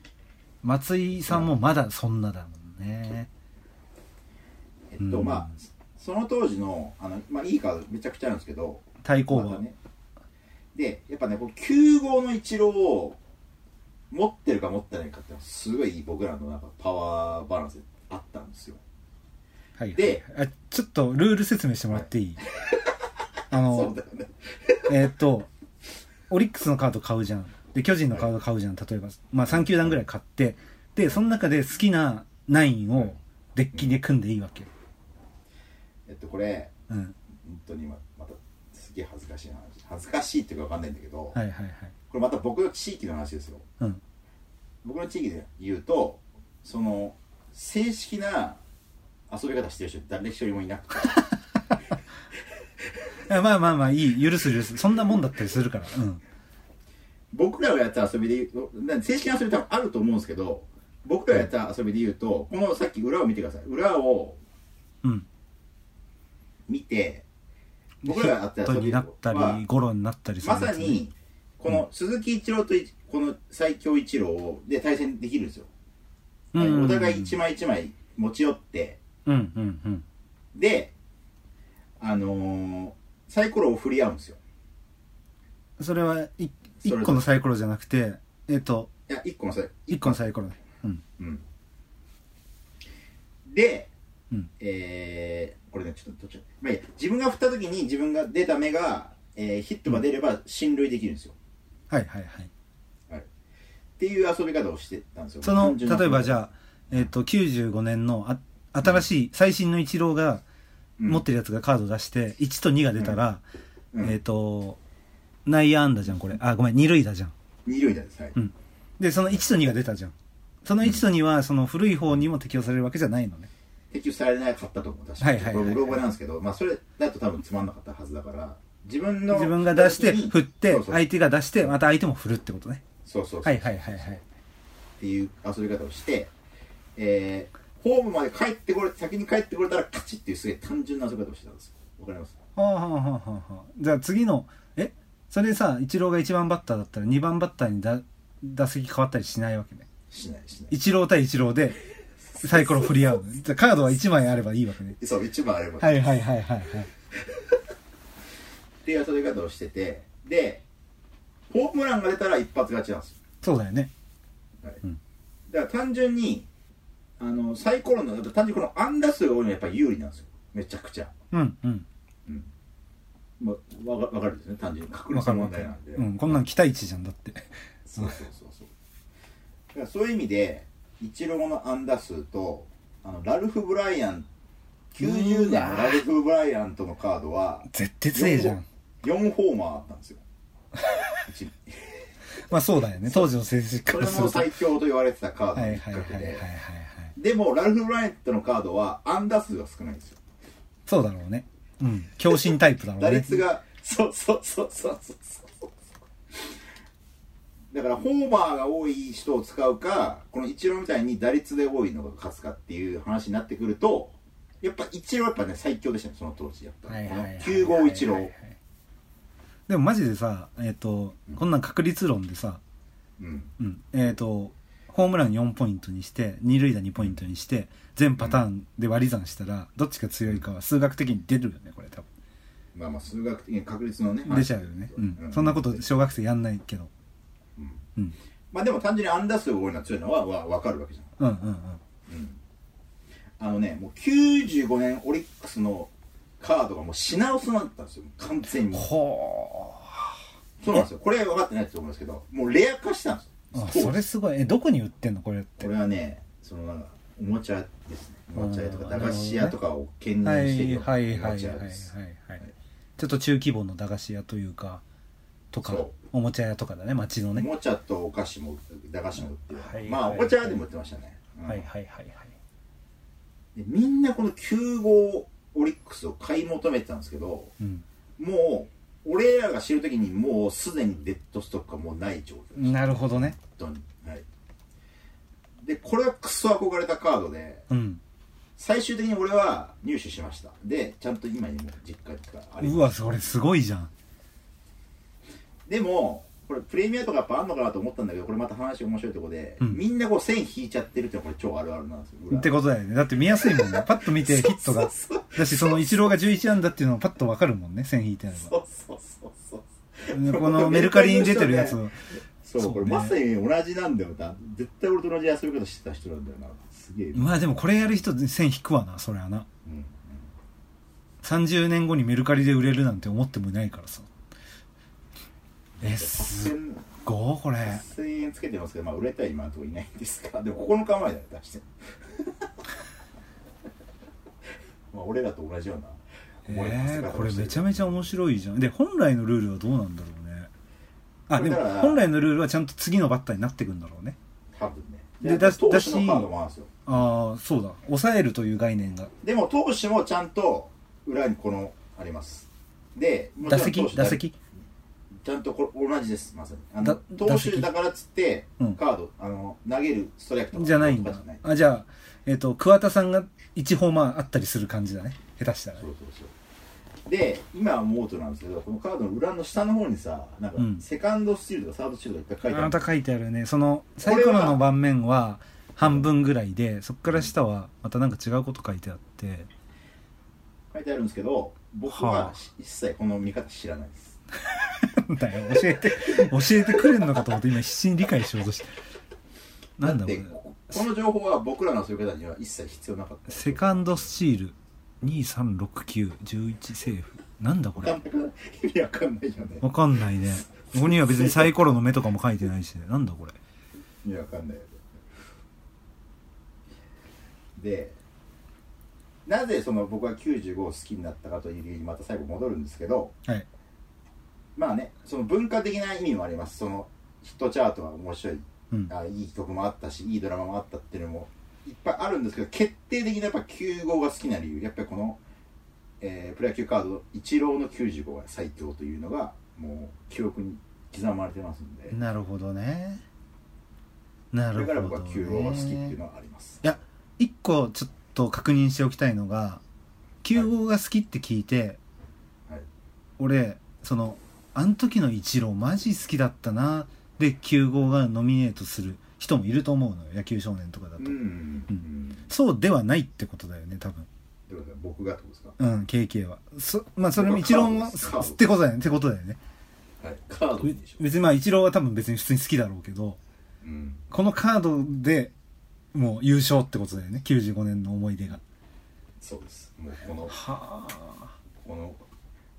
S2: 松井さんもまだそんなだもんね
S1: えっと
S2: うん
S1: まあその当時のあの、まあ、いいカードめちゃくちゃあるんですけど
S2: 対抗
S1: ま
S2: 馬、
S1: たねでやっぱねこの9号のイチローを持ってるか持ってないかっていうのはすごい僕らのなんかパワーバランスであったんですよ
S2: はい
S1: で
S2: あちょっとルール説明してもらっていい、あ
S1: そう
S2: の
S1: だよね
S2: えーっとオリックスのカード買うじゃんで巨人のカード買うじゃん例えば、まあ、3球団ぐらい買ってでその中で好きなナインをデッキで組んでいいわけ、
S1: えっとこれ
S2: うん、
S1: 本当にままたすげえ恥ずかしい話恥ずかしいっていうか分かんないんだけど、
S2: はいはいはい
S1: これまた僕の地域の話ですよ
S2: うん
S1: 僕の地域で言うとその正式な遊び方してる人誰一人もいなくて
S2: あまあまあまあいい許す許すそんなもんだったりするからうん
S1: 僕らがやった遊びで言うと正式な遊び多分あると思うんですけど僕らがやった遊びで言うとこのさっき裏を見てください裏を
S2: うん
S1: 見て僕らがやっ
S2: ヒ
S1: た
S2: ット
S1: 遊
S2: に
S1: び
S2: な
S1: は
S2: ったりゴロになったりする
S1: ま
S2: やつね
S1: さにこの鈴木一郎といこの最強一郎で対戦できるんですよ、
S2: うんうんうん
S1: お互い一枚一枚持ち寄って
S2: うんうんうん
S1: であのーサイコロを振り合うんですよ
S2: それはい
S1: それ
S2: 1個のサイコロじゃなくてえっと
S1: いや1個のサイ
S2: 1個のサイコロねうん
S1: うんで、
S2: うん
S1: えーこれねちょっとどっちまあいいや自分が振った時に自分が出た目が、えーヒットが出れば進塁できるんですよ、
S2: はいはいはい
S1: っていう遊び方をしてたんですよ
S2: その例えばじ
S1: ゃあ、
S2: ゃあえっと95年のあ新しい最新のイチローが
S1: うん
S2: 持ってるやつがカード出して1と2が出たら
S1: うん
S2: えっと内野安打じゃんこれあごめん二塁打じゃん
S1: 二塁打ですはい、
S2: うんでその1と2が出たじゃんその1と2はその古い方にも適用されるわけじゃないのね
S1: 適用されなかったと思う確かに、
S2: はいはいはいはい
S1: これ僕なんですけど、まあ、それだと多分つまんなかったはずだから自分の
S2: 自分が出して
S1: 時に
S2: 振って
S1: そうそう
S2: 相手が出してまた相手も振るってことね
S1: そうそうそう
S2: はいはいはいはい
S1: っていう遊び方をして、えー、ホームまで帰ってこれ先に帰ってこれたら勝ちっていうすげえ単純な遊び方をしてたんですよわかります
S2: はあはあはあはあはあじゃあ次のえそれでさイチローが1番バッターだったら2番バッターにだ打席変わったりしないわけね
S1: しないしな
S2: イチロー対イチローでサイコロ振り合うのねじゃあカードは1枚あればいいわけね
S1: いそう一番あれば、
S2: はいはいはいはいはい
S1: っていう遊び方をしててでホームランが出たら一発勝ちなんですよ、
S2: そうだよね
S1: はい
S2: うん
S1: だから単純にあのサイコロのやっぱ単純にこの安打数が多いのはやっぱ有利なんですよめちゃくちゃ、
S2: うんうん
S1: まあ、わかわかるんですね単純に確
S2: わ
S1: 率
S2: か
S1: の
S2: るわ
S1: 問
S2: か
S1: 題
S2: る
S1: なんで、
S2: うんこんなん期待値じゃんだって
S1: そうそうそうそうだからそういう意味でイチローの安打数とあのラルフ・ブライアン90年のラルフ・ブライアンとのカードは
S2: 絶対強いじゃん
S1: 4ホーマーあったんですよ 一
S2: まあそうだよね当時の成績か
S1: そ
S2: ら
S1: れ
S2: する
S1: も
S2: とはい
S1: 最強と言われてたカード
S2: は
S1: の
S2: い
S1: 一
S2: はいはい
S1: 角
S2: はいはい
S1: ででもラルフ・ブライアンとのカードは安打数が少ないんですよ
S2: そうだろうねうん強心タイプだろうね
S1: 打率がそうそうそうそうそうそうだからホーマーが多い人を使うかこのイチローみたいに打率で多いのが勝つかっていう話になってくるとやっぱイチローやっぱね最強でしたねその当時やっぱ、
S2: はいはいはいはい
S1: 9号イチロー
S2: でもマジでさえっ、とこんなん確率論でさ、
S1: うん
S2: うん、えっ、とホームラン4ポイントにして二塁打2ポイントにして全パターンで割り算したらどっちが強いかは数学的に出るよねこれ多
S1: まあまあ数学的に確率のね
S2: 分出ちゃうよね、うん、そんなこと小学生やんないけど
S1: うん
S2: うん
S1: まあでも単純に安打数が多いのは強いのはわ分かるわけじゃん
S2: うんうんうん
S1: あのね、もう95年オリックスのカードがもう品薄になったんですよ。完全にもう。
S2: ほ
S1: そうなんですよ。これ分かってないと思うんですけど、もうレア化したんです
S2: う
S1: よ。
S2: あ
S1: 当時
S2: それすごいえどこに売ってんのこれって
S1: これはね、そのなんか、おもちゃですね。おもちゃ屋と
S2: あ
S1: か
S2: ー
S1: 駄菓子屋とかを兼
S2: は
S1: 任してる
S2: い
S1: ような
S2: はい
S1: お
S2: はいは
S1: も
S2: い
S1: ち
S2: は
S1: ゃ
S2: い
S1: 屋
S2: はい
S1: です。
S2: ちょっと中規模の駄菓子屋というかとか
S1: そ
S2: おもちゃ屋とかだね町の
S1: お
S2: ね
S1: もちゃとお菓子も、駄菓子も売ってる。
S2: はい
S1: まあ、おもちゃ屋でも売ってましたね。うん
S2: はいはいはいはい
S1: でみんなこの9号オリックスを買い求めてたんですけど、
S2: うん
S1: もう、俺らが知るときにもうすでにデッドストックがもうない状況です。
S2: なるほどね
S1: 本当にはいでこれはクソ憧れたカードで
S2: うん
S1: 最終的に俺は入手しましたでちゃんと今にも実家とかあり
S2: うわそれすごいじゃん
S1: でもこれプレミアとかやっぱあんのかなと思ったんだけどこれまた話面白いとこで、
S2: うん
S1: みんなこう線引いちゃってるってのはこれ超あるあるなんですよ裏
S2: ってことだよねだって見やすいもんねパッと見てヒットが
S1: そう
S2: だしそのイチローが11安打っていうのもパッとわかるもんね線引いてあれ
S1: そうそうそうそう
S2: ばこのメルカリに出てるやつを
S1: そう
S2: そうね
S1: これまさに同じなんだよな絶対俺と同じ遊び方してた人なんだよなすげえ、うん
S2: まあでもこれやる人線引くわなそれはな30年後にメルカリで売れるなんて思ってもいないからさえすっ
S1: 8000
S2: ごいこれ
S1: 1000円つけてますけど、まあ、売れたら今のところいないんですかでもここの構えだよ出して まあ俺らと同じような
S2: え
S1: 思います
S2: ー、これめちゃ
S1: ゃ
S2: めちゃ面白いじゃんで本来のルールはどうなんだろうねあでも
S1: これだから
S2: 本来のルールはちゃんと次のバッターになってくんだろうね
S1: 多分ね
S2: で
S1: だ
S2: だ
S1: し
S2: し
S1: 投
S2: だ
S1: 手
S2: し
S1: のカードもあるんですよ
S2: ああそうだ抑えるという概念が
S1: でも投手もちゃんと裏にこのありますでもち
S2: 打
S1: ろん
S2: 席
S1: 投手
S2: 打席
S1: ちゃんとこれ同じですまさにあ
S2: だ
S1: の投
S2: 打
S1: 手
S2: 席
S1: だからっつって
S2: うん
S1: カード、あの投げるストライクとか
S2: じゃないん
S1: と
S2: だ
S1: かじゃない。
S2: あ、じゃあ、えっ、と、桑田さんが1ホーマーあったりする感じだね。下手したら
S1: そ
S2: ね。
S1: うそうそうで今思うとなんですけどこのカードの裏の下の方にさなんか
S2: うん
S1: セカンドスチールとかサードスチールとかいっぱ
S2: あ
S1: い書い
S2: な
S1: てあ
S2: た
S1: る
S2: 書いてあるね。その、サイコロの盤面は半分ぐらいで、そっから下はまたなんか違うこと書いてあって、
S1: 書いてあるんですけど僕
S2: は
S1: は
S2: あ
S1: 一切この見方知らないです
S2: なんだよ、教えて、 教えてくれんのかと思って今必死に理解しようとして。なんだこ
S1: で
S2: れ。
S1: ここの情報は僕らのそういう方には一切必要なかった
S2: セカンドスチール、236911セーフ。なんだこれ。
S1: 意味わかんないよね
S2: わかんないね。ここには別にサイコロの目とかも書いてないしね。なんだこれ。
S1: 意味わかんないよねでなぜその僕は95を好きになったかという理由にまた最後戻るんですけど
S2: はい。
S1: まあねその文化的な意味もありますそのヒットチャートが面白い
S2: うん。
S1: あいい曲もあったしいいドラマもあったっていうのもいっぱいあるんですけど決定的なやっぱ9号が好きな理由やっぱりこの、えープロ野球カードイチローの9 5が最強というのがもう記憶に刻まれてますんで
S2: なるほどねな
S1: そ
S2: る
S1: れ
S2: ほ
S1: から僕
S2: ど、
S1: は
S2: ね、
S1: 9号が好きっていうのはあります、
S2: 一個ちょっと確認しておきたいのが9号が好きって聞いて、
S1: はい
S2: 俺そのあの時のイチローマジ好きだったなで9号がノミネートする人もいると思うのよ野球少年とかだと、
S1: うんうんう
S2: うんそうではないってことだよね多分
S1: ということで僕がってことですか
S2: うん KK はそまあそれもイチローも
S1: カーブですカーブ
S2: ってことだよねってことだよね
S1: はいカードでしょ、
S2: 別にまあイチローは多分別に普通に好きだろうけど
S1: うん、
S2: このカードでもう優勝ってことだよね95年の思い出が
S1: そうですもうこの
S2: は
S1: この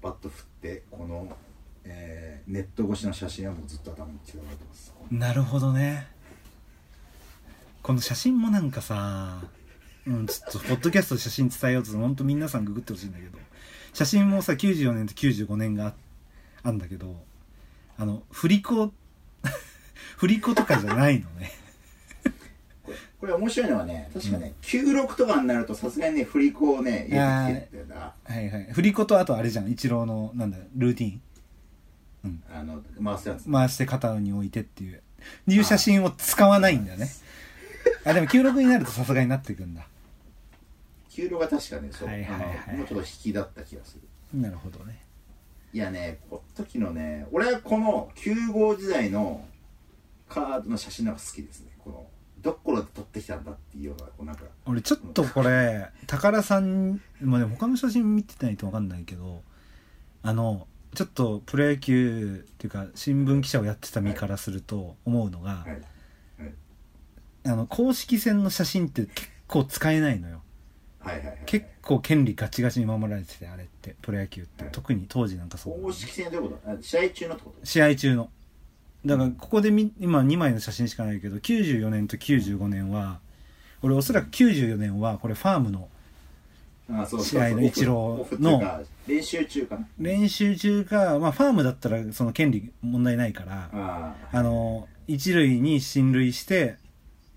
S1: バット振ってこの、えーネット越しの写真はもうずっと頭に刻まれてます
S2: なるほどねこの写真もなんかさ、うん、ちょっとポッドキャストで写真伝えようとほんと皆さんググってほしいんだけど写真もさ94年と95年がああんだけどあの振り子 振り子とかじゃないのね
S1: これこれ面白いのはね確かね、96とかになるとさすがにね振り子をね入れてきてるんだよな
S2: はいはい振り子とあとあれじゃんイチローのなんだルーティン
S1: あの回すやつ
S2: 回して肩に置いてっていういう写真を使わないんだよねあでも96になるとさすがになっていくんだ
S1: 96が確かねそう、
S2: はいはいはい
S1: あのもうちょっと引きだった気がする
S2: なるほどね
S1: いやねこの時のね俺はこの9号時代のカードの写真なんか好きですねこのどこから撮ってきたんだっていうようなこうなんか
S2: 俺ちょっとこれ宝さんまあでも他の写真見てないと分かんないけどあのちょっとプロ野球っていうか新聞記者をやってた身からすると思うのが、
S1: はい
S2: あの公式戦の写真って結構使えないのよ
S1: はいはいはい
S2: 結構権利ガチガチに守られててあれってプロ野球って、
S1: はい
S2: 特に当時なんかそうなの
S1: 公式戦はどういうことあ試合中のってこと
S2: 試合中のだからここでみ今2枚の写真しかないけど94年と95年は俺おそらく94年はこれファームの
S1: あそうそうそう
S2: 試合のイチローの
S1: オフっていうか練習中かな
S2: 練習中か、まあ、ファームだったらその権利問題ないから
S1: ああ
S2: あの一塁に進塁して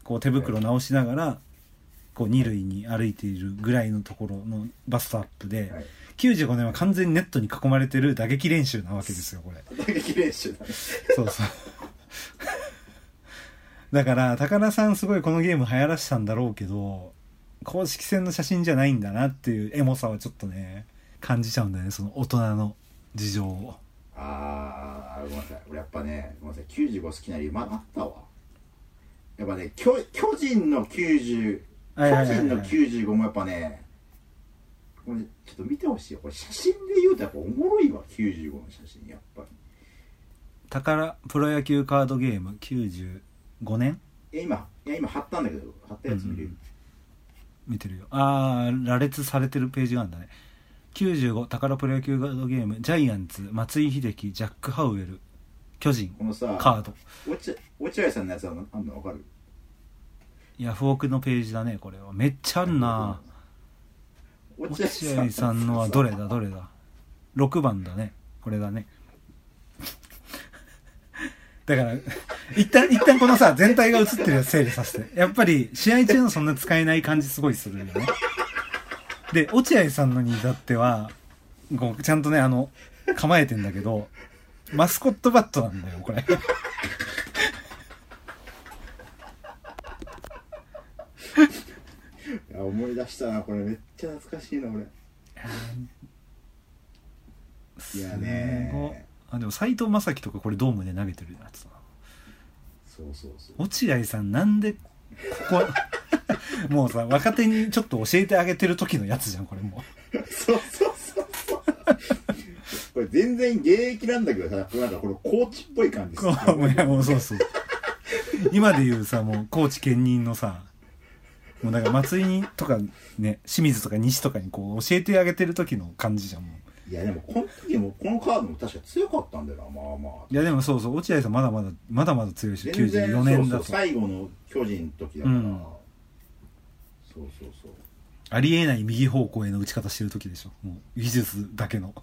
S2: こう手袋直しながらこう二塁に歩いているぐらいのところのバストアップで、
S1: はい
S2: 95年は完全にネットに囲まれてる打撃練習なわけですよこれ
S1: 打撃練習だね
S2: そうそうだから高田さんすごいこのゲーム流行らせたんだろうけど公式戦の写真じゃないんだなっていうエモさはちょっとね感じちゃうんだよねその大人の事情を。
S1: あーごめんなさい俺やっぱねごめんなさい95好きな理由まだあったわやっぱね巨巨人の90巨
S2: はいはいはいはい
S1: 人の95もやっぱねこれちょっと見てほしいよこれ写真で言うとやっぱおもろいわ95の写真やっぱり
S2: 宝プロ野球カードゲーム95年
S1: いや今いや今貼ったんだけど貼ったやつ見る、
S2: うん見てるよああ羅列されてるページがあるんだね95宝プロ野球カードゲームジャイアンツ松井秀喜ジャック・ハウエル巨人
S1: このさ
S2: カード
S1: 落合落合さんのやつあんのあんの分かる
S2: ヤフオクのページだねこれはめっちゃあんな落合さんのはどれだどれだ6番だねこれだねだから一旦一旦このさ全体が映ってるやつ整理させてやっぱり試合中のそんな使えない感じすごいするよねで落合さんのに至ってはこうちゃんとねあの構えてんだけどマスコットバットなんだよこれ
S1: いや思い出したなこれめっちゃ懐かしいな俺いやね
S2: すごいあでも斎藤正樹とかこれドームで投げてるやつだな
S1: そうそうそう
S2: 落合さんなんでここ もうさ若手にちょっと教えてあげてる時のやつじゃんこれも
S1: そう そうそうそうこれ全然現役なんだけどさなんかこれコーチっぽい感じす
S2: こ
S1: る
S2: ういやもうそうそう今で言うさもう高知兼任のさもうだから松井にとかね清水とか西とかにこう教えてあげてる時の感じじゃんもう
S1: いやでもこの時もこのカードも確か強かったんだよなまあまあ
S2: いやでもそうそう落合さんまだまだまだまだ強いし
S1: 全然
S2: 94年
S1: そうそう
S2: だと
S1: 最後の巨人の時だから、
S2: うん
S1: そうそうそう
S2: ありえない右方向への打ち方してる時でしょもう技術だけの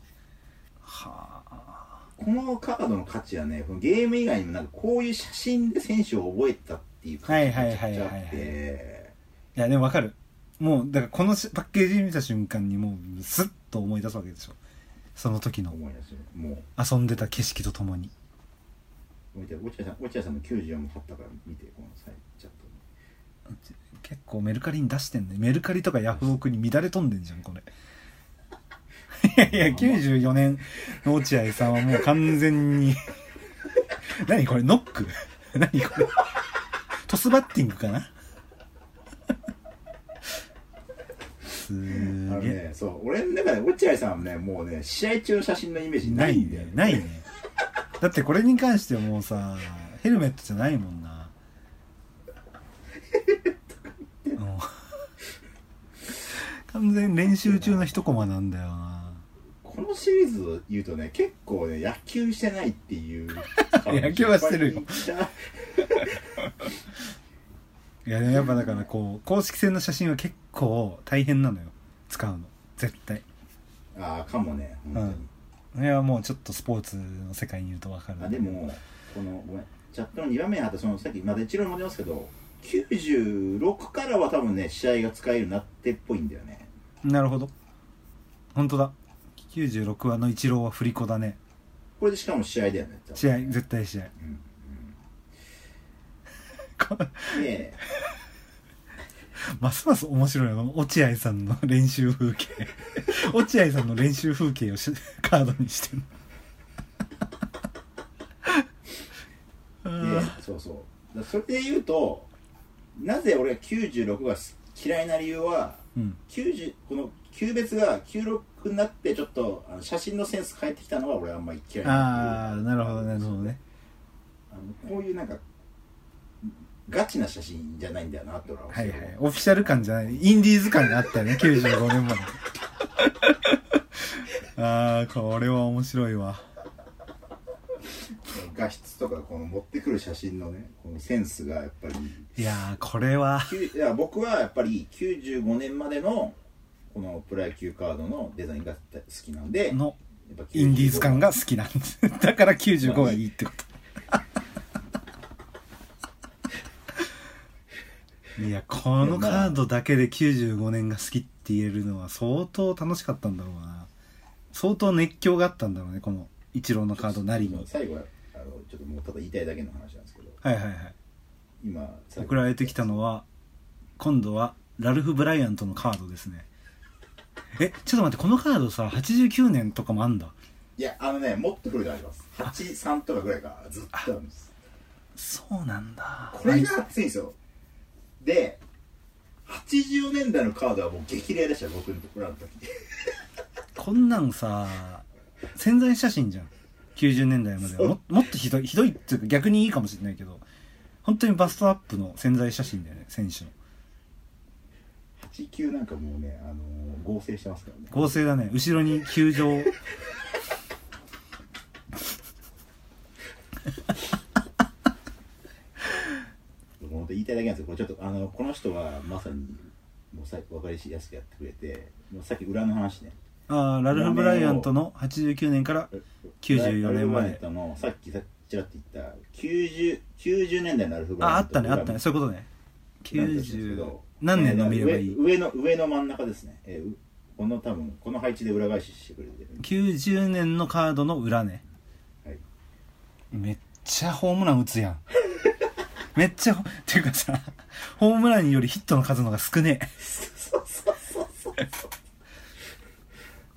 S2: はあ
S1: このカードの価値はねこのゲーム以外にもなんかこういう写真で選手を覚えたっていう価値がめちゃくちゃあって、
S2: はいはいはいはいいやでもわかるもうだからこのしパッケージ見た瞬間にもうスッと思い出すわけでしょその時の
S1: 思い出すよもう
S2: 遊んでた景色とともに
S1: 見て落合さん落合さんの94も買ったから見てこのサイチャットに
S2: 結構メルカリに出してんねメルカリとかヤフオクに乱れ飛んでんじゃんこれ いやいや94年の落合さんはもう完全に 何これノック 何これトスバッティングかな
S1: あの
S2: すーげえ
S1: ねそう俺の中で落合さんはねもうね試合中の写真のイメージな
S2: ないい
S1: んだよ
S2: ねないねだってこれに関してはもうさヘルメットじゃないもんなうん完全に練習中の一コマなんだよな
S1: このシリーズ言うとね結構ね野球してないっていう
S2: 野球はしてるよ
S1: い
S2: いやでもやっぱだからこう公式戦の写真は結構大変なのよ使うの絶対
S1: やあーかもね本当に、
S2: それはもうちょっとスポーツの世界にいると分かる
S1: あでもこのごめんチャットの2番目にあったそのさっきまだ一郎に戻りますけど96からは多分ね試合が使えるようになってっぽいんだよね
S2: なるほど本当だ96話のイチローは振り子だね
S1: これでしかも試合だよね多分
S2: 試合絶対試合
S1: うん
S2: こ
S1: で
S2: ますます面白いの落合さんの練習風景 落合さんの練習風景をし カードにして る
S1: でそうそうだそれで言うとなぜ俺が96が嫌いな理由は
S2: うん。
S1: 90この級別が96になってちょっとあの写真のセンス変えてきたのは俺あんまり嫌いな
S2: ああ、なるほどね、そうね。
S1: あのこういうなんかガチな写真じゃないんだよなって俺は思う
S2: はいはい。オフィシャル感じゃない、インディーズ感があったよね、95年まで。 ああ、これは面白いわ。
S1: 画質とかこの持ってくる写真のねこのセンスがやっぱり
S2: いやー、これは。
S1: きゅういや僕はやっぱり95年までのこのプロ野球カードのデザインが好きなんで
S2: の
S1: やっぱ95
S2: インディーズ感が好きなん です。だから95がいいってこと。 いや、このカードだけで95年が好きって言えるのは相当楽しかったんだろうな。相当熱狂があったんだろうね、この一郎のカードなりに。はい
S1: 最後はあのちょっともうただ言いたいだけの話なんですけど
S2: はいはい。
S1: 今最後
S2: 送られてきたのは、今度はラルフ・ブライアントのカードですね。え、ちょっと待って、このカードさ、89年とかもあんだ。
S1: いやあのねもっと古いのあります83とかぐらいからずっとあるんです
S2: そうなんだ。
S1: これが熱いんですよで80年代のカードはもう激励でした僕の僕らの時
S2: こんなんさ潜在写真じゃん90年代まではももっとひどいひどいっていうか逆にいいかもしれないけど本当にバストアップの潜在写真だよね選手の
S1: 89なんかもうね、あのー合成してますからね
S2: 合成だね後ろに球場
S1: 本当言いたいだけなんですけどこれちょっとあのこの人はまさにもうさ分かりやすくやってくれてもうさっき裏の話ね
S2: ああラルフ・ブライアントの89年から94年ま
S1: ラルフブライアン
S2: で
S1: トのさっきさっきちらっと言った 90, 90年代のラルフ・ブライ
S2: あ
S1: ア
S2: あ
S1: ン
S2: った
S1: ト
S2: ねあったねそういうことね
S1: なんですけ
S2: 90
S1: ど
S2: 何年の見ればい
S1: えー
S2: い
S1: 上上の上の真ん中ですね、えーうこの多分この配置で裏返ししてくれて る
S2: 90年のカードの裏ね
S1: はい
S2: めっちゃホームラン打つやん めっちゃほっていうかさホームランよりヒットの数の方が少ねえ
S1: そうそうそうそう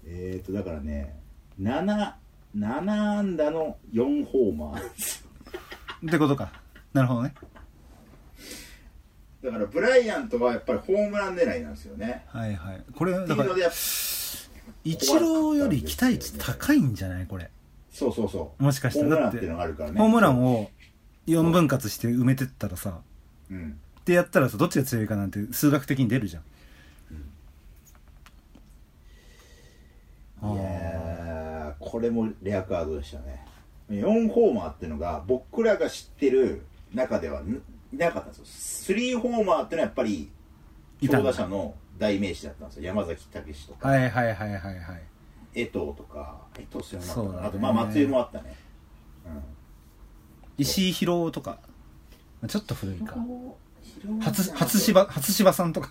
S1: えーとだからね77安打の4ホーマー
S2: ってことかなるほどね
S1: だからブライアントはやっぱりホームラン狙いなんですよね
S2: はいはいこれ
S1: って
S2: だ
S1: いう
S2: か
S1: の
S2: ら
S1: でやっぱ
S2: イチローより期待値高いんじゃないこれ
S1: そうそうそう
S2: もしかした
S1: ホーム
S2: ら
S1: ラン
S2: だっ
S1: って
S2: て
S1: いうのがあるからね
S2: ホームランを4分割して埋めてったらさ
S1: うん
S2: ってやったらさどっちが強いかなんて数学的に出るじゃん
S1: い
S2: あー
S1: やーこれもレアカードでしたね4ホーマーっていうのが僕らが知ってる中ではんなかったんですよ3ホーマーっていうのはやっぱり
S2: いた
S1: 強
S2: んだ
S1: 打者の代名詞だったんですよ山崎武史とか、
S2: はいはいはいはいはい
S1: 江藤とか江藤すよ
S2: そうだね
S1: あとまあ松井もあったねうん
S2: 石井宏とかちょっと古いか
S1: 広尾
S2: 初初芝初芝さんとか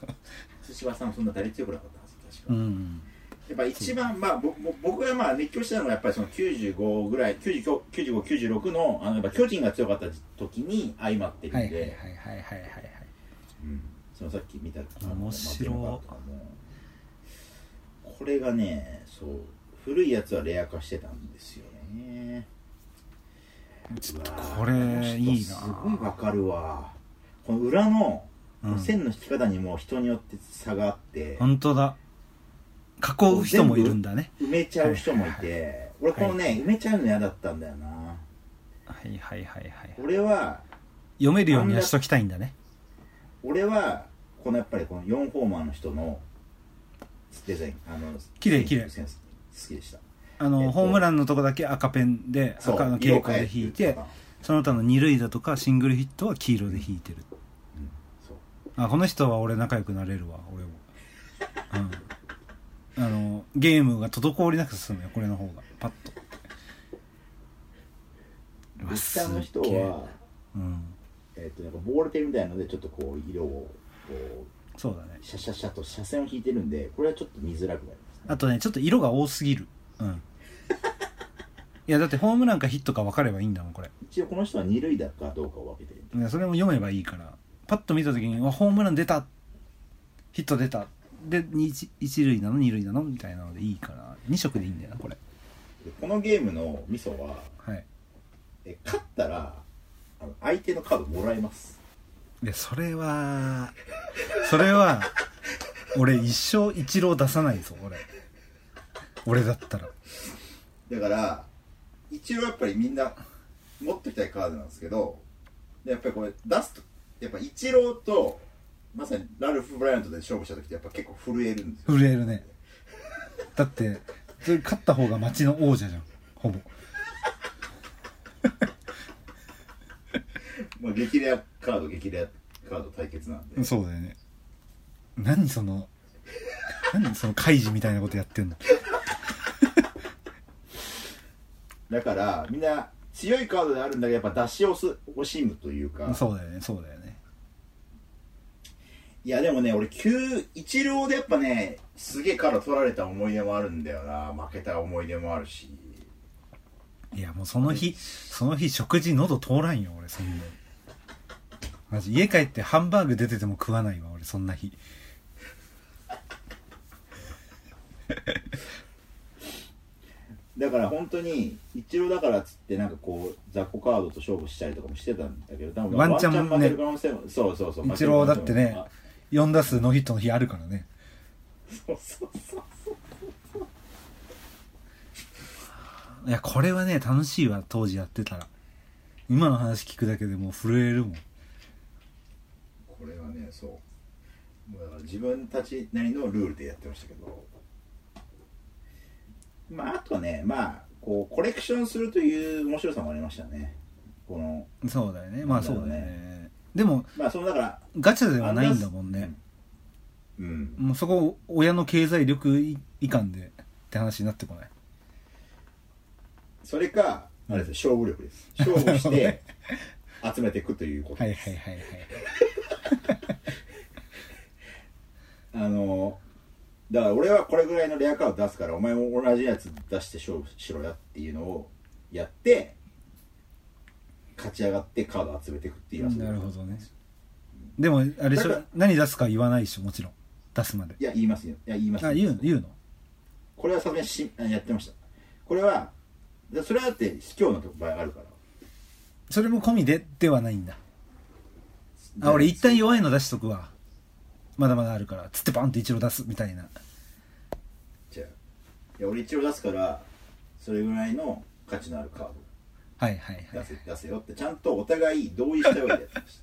S1: 初芝さんもそんな打率良くなかったはず確か、
S2: うん
S1: やっぱ一番、まあ、ぼぼ僕がまあ熱狂したのがやっぱりその95ぐらい95 95、96のあのやっぱ巨人が強かった時に相まってる
S2: はいは
S1: ん
S2: い
S1: で、
S2: はいはいはいはいはい
S1: うん、そのさっき見たあの
S2: 面白い
S1: マテマとかもこれがねそう古いやつはレア化してたんですよね
S2: ち
S1: う
S2: ょっ
S1: わ
S2: と
S1: ー
S2: これいい
S1: すごいわ
S2: な
S1: かるわこの裏の
S2: うん
S1: 線の引き方にも人によって差があって、
S2: 本当だ囲う人もいるんだね
S1: 埋めちゃう人もいて、俺このね、埋めちゃうの嫌だったんだよな
S2: はいはいはいはい
S1: 俺は
S2: 読めるようにはしときたいんだね
S1: 俺はこのやっぱりこの4ホーマーの人のデザインあの
S2: 綺麗綺麗
S1: センス好きでした
S2: あ
S1: えっ
S2: の
S1: と
S2: ホームランのとこだけ赤ペンで
S1: そう
S2: 赤の蛍光で引
S1: 色を
S2: い
S1: 変える
S2: て
S1: とか
S2: その他の二塁打とかシングルヒットは黄色で引いてる
S1: うんそう
S2: あこの人は俺仲良くなれるわ俺もうんあのゲームが滞りなく進むよこれの方がパッとうわ
S1: 下の人
S2: すっげえ
S1: は
S2: うん
S1: えっとなんかボールペンみたいなのでちょっとこう色をこ
S2: そうだね
S1: うシャシャシャと斜線を引いてるんでこれはちょっと見づらくなりますね
S2: あとねちょっと色が多すぎるうん いやだってホームランかヒットか分かればいいんだもんこれ
S1: 一応この人は二塁打かどうかを分けてるんで
S2: ねそれも読めばいいからパッと見た時にうわホームラン出たヒット出たでに一一塁なの二塁なのみたいなのでいいから2色でいいんだよなこれ
S1: でこのゲームのミソは
S2: はい
S1: え勝ったらあの相手のカードもらえます
S2: いや、それは、それは、俺一生一郎出さないぞ、俺。俺だったら。
S1: だから一応やっぱりみんな持ってきたいカードなんですけどでやっぱりこれ出すとやっぱ一郎とまさにラルフ・ブライアントで勝負した時ってやっぱ結構震えるんですよ
S2: 震えるね。だって、それ勝った方が町の王者じゃん、ほぼ。
S1: まあ激レアカード激レアカード対決なんで
S2: そうだよね。何その、何その開示みたいなことやってんの
S1: だからみんな強いカードであるんだけどやっぱ出し惜す惜しむというか
S2: そうだよね、そうだよね。
S1: いやでもね俺9一郎でやっぱねすげえカード取られた思い出もあるんだよな負けた思い出もあるし
S2: いや、もうその日、その日食事喉通らんよ、俺、そんな。マジ、家帰ってハンバーグ出てても食わないわ、俺、そんな日。
S1: だから本当に一郎だからっつってなんかこう雑魚カードと勝負したりとかもしてたんだけど多分
S2: ワンチャンね
S1: 負ける可能性もそうそうそう
S2: イチローだってね
S1: あ、
S2: 4打数ノーヒットの日あるからね。
S1: そうそうそうそう
S2: いや、これはね、楽しいわ、当時やってたら。今の話聞くだけでもう震えるもん。
S1: これはねそうもうだから自分たちなりのルールでやってましたけどまああとねまあこうコレクションするという面白さもありましたねこの
S2: そうだよね、まあそうだよね。でも、
S1: まあそのだから
S2: ガチャではないんだもんね。
S1: うん
S2: もうそこ、親の経済力いいかんで、って話になってこない。
S1: それかあれですよ勝負力です勝負して集めていくということ
S2: は
S1: で
S2: い
S1: す
S2: はいはいはい。
S1: あのだから俺はこれぐらいのレアカード出すからお前も同じやつ出して勝負しろやっていうのをやって勝ち上がってカード集めていくっていう遊び
S2: なるほどねでも、あれでし
S1: だか
S2: ょ
S1: ら、
S2: 何出すか言わないでしょ、もちろん。出すまで。
S1: いや言いますよいや言いますよ
S2: あ、言うの言うの
S1: これはさすがにしやってましたこれはでそれはだって卑怯な場合あるから
S2: それも込みでではないんだ。あ、俺一旦弱いの出しとくわ。まだまだあるから。つってバンって一郎出すみたいな。
S1: じゃあいや俺一応出すからそれぐらいの価値のあるカー
S2: はいはい
S1: ド
S2: はい
S1: 出せ出せよってちゃんとお互い同意した上でやってまし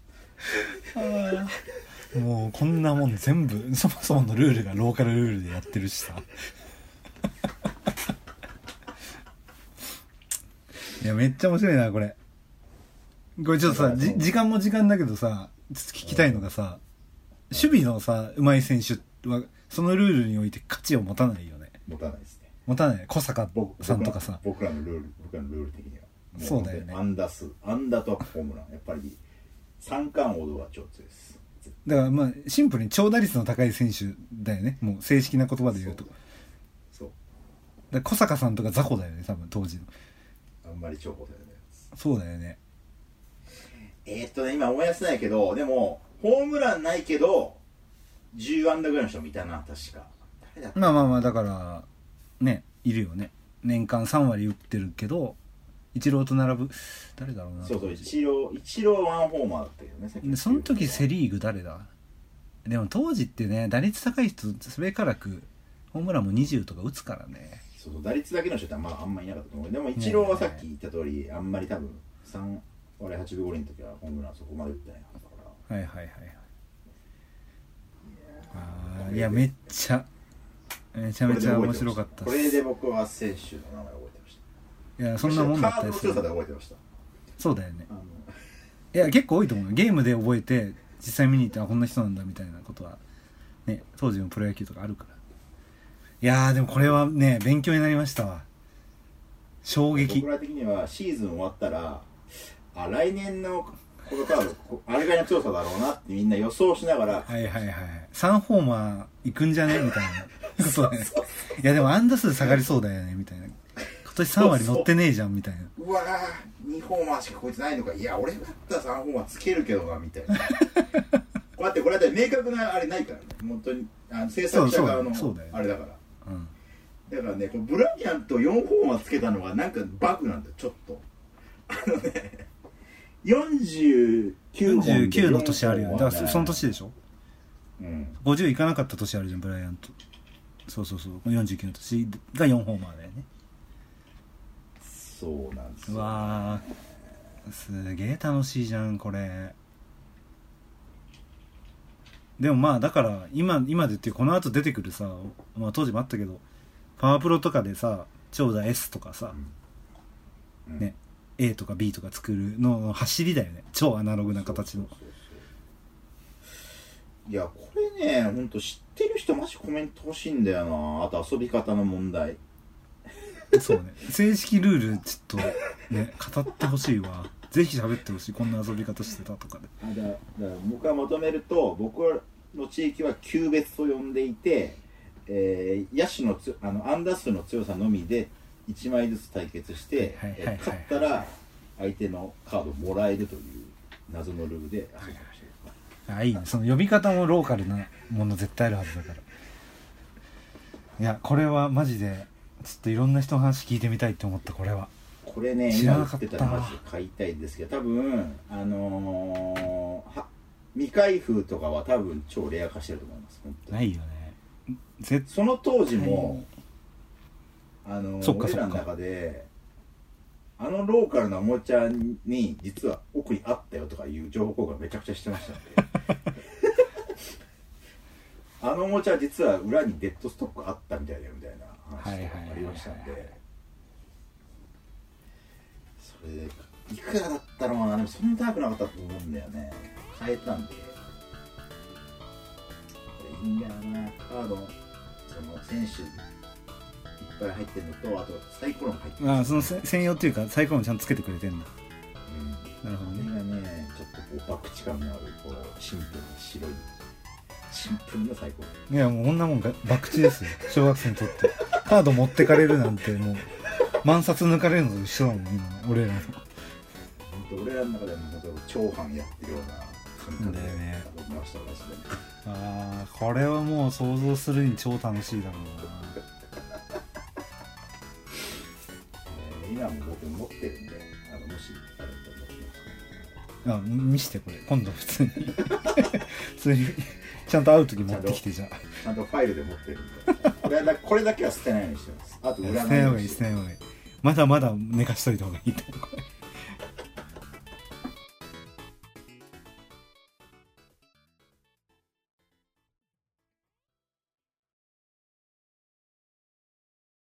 S1: た
S2: あー。もうこんなもん全部、そもそものルールがローカルルールでやってるしさ。いや、めっちゃ面白いな、これ。これちょっとさ、じ時間も時間だけどさ、ちょっと聞きたいのがさ、守備のさ、うまい選手は、そのルールにおいて価値を持たないよね。
S1: 持たないですね
S2: 持たない。小坂さんとかさ。
S1: 僕らのルール僕らのルール的にはも
S2: そうだよ
S1: 本当
S2: ね
S1: にアンダースアンダーとホームランやっぱり三冠王道は超強いです
S2: だからまあシンプルに長打率の高い選手だよねもう正式な言葉で言うと
S1: そ
S2: だか
S1: そう
S2: ら小坂さんとか雑魚だよね多分当時の
S1: あんまり重宝されないやつ
S2: そうだよね
S1: えー、っとね今思い出せないけどでもホームランないけど10アンダーぐらいの人もいたな確か誰だった
S2: まあまあまあだからねいるよね年間3割打ってるけどイチローと並ぶ誰だろうな
S1: そうそう一郎一郎ワンホーマーだったけどねさっき
S2: でその時セ・
S1: リ
S2: リーグ誰だでも当時ってね打率高い人すべからくホームランも20とか打つからね
S1: そうそう打率だけの人ってあんまあんまいなかったと思うでも一郎はさっき言った通りあんまり多分3割8分5厘の時はホームランそこまで打ってないはずだから
S2: はいはいはいはいあーいやめっちゃめちゃめちゃ面白かったっ
S1: こ
S2: す
S1: れで僕は選手の名前覚えてました
S2: いや、そんなもんだっ
S1: カー
S2: た
S1: ド
S2: で
S1: の
S2: す
S1: 強
S2: よ
S1: さで覚えてました
S2: そうだよね
S1: あ。の
S2: いや、結構多いと思うよ。ゲームで覚えて、実際見に行って、あ、こんな人なんだみたいなことは、ね、当時のプロ野球とかあるから。いやー、でもこれはね、勉強になりましたわ。衝撃
S1: 僕。ら的にはシーズン終わったらあ来年のこのカードこあれぐらいの強さだろうなってみんな予想しながら
S2: はいはいはい。3ホーマー行くんじゃねみたいな。そうだね。いや、でもアンダ数下がりそうだよね、みたいな。今年3割乗ってねえじゃん、みたいな。
S1: うわー2ホーマーしかこいつないのかいや俺だったら3ホーマーつけるけどなみ たいなこうやってこれだって明確なあれないからね本当にあの制作者側の
S2: そうそうだよ
S1: あれだから
S2: うん。
S1: だからねこのブライアンと4ホーマーつけたのがなんかバグなんだよちょっとあのね49本で
S2: 49の年あるよね。だからそその、
S1: 四
S2: 年でしょ
S1: 本はうん、
S2: ?50 いかなかった年あるじゃん、ブライアント。そうそうそう。49の年が4ホーマーだよね。
S1: そうなんです
S2: う
S1: よ
S2: わーすげえ楽しいじゃんこれでもまあだから今今でっていうこの後出てくるさ、まあ、当時もあったけどパワープロとかでさ長打 S とかさ、
S1: うんうん
S2: ね A とか B とか作るのの走りだよね超アナログな形
S1: そう
S2: の
S1: そうそういやこれねほんと知ってる人マジコメント欲しいんだよなあと遊び方の問題
S2: そうね正式ルールちょっとね語ってほしいわぜひ喋ってほしいこんな遊び方してたとかで
S1: あだだから僕が求めると僕の地域は旧別と呼んでいて、えー、野手のつあのアンダー数の強さのみで1枚ずつ対決して、
S2: はいはいはい
S1: えー勝ったら相手のカードをもらえるという謎のルールで遊んでまし
S2: あいいねその呼び方もローカルなもの絶対あるはずだからいやこれはマジでちょっといろんな人の話聞いてみたいって思ったこれは
S1: たこれね
S2: 知
S1: 今
S2: ら
S1: 売
S2: なか
S1: っ
S2: った
S1: てたらマジで買いたいんですけど多分あのーは未開封とかは多分超レア化してると思います本当に
S2: ないよね絶
S1: その当時も、あの
S2: そっか
S1: 俺らの
S2: そっか
S1: 中であのローカルなおもちゃに実は奥にあったよとかいう情報がめちゃくちゃしてましたん であのおもちゃは実は裏にデッドストックあったみたいだよみたいな話とかもありましたん
S2: はいはいはい
S1: でそれでいくらだったのかなでもそんな高くなかったと思うんだよね変えたんでこれいいんだよなカードその選手いっぱい入ってるのとあとサイコロも入ってる
S2: あそのせ専用っていうかサイコロもちゃんとつけてくれてんだ
S1: うん
S2: なるほど
S1: これ
S2: ね
S1: がねちょっとこう博打感のあるこうシンプルな白いシンプルなサイコロ
S2: いやもうこんなもんが博打ですよ小学生にとってカード持ってかれるなんてもう万冊抜かれるのと一緒だもん今の俺らの
S1: 本当俺らの中でも本当超犯やってるような感覚で
S2: だよね
S1: 遊びました私ね
S2: あーこれはもう想像するに超楽しいだろうな
S1: えー今も僕持ってるんであのもしあると思ってます
S2: あ見してこれ今度普通に 普通にちゃんと会う時持ってきてじゃあ
S1: ちゃんとファイルで持ってるんでこれだこれだけは捨てないようにしてますあと
S2: 捨
S1: 売ら
S2: てな
S1: ないい
S2: 方
S1: よう
S2: がい
S1: に
S2: い
S1: し
S2: 捨
S1: て
S2: てない方がいいまだまだ寝かしといた方がいいと思うこれ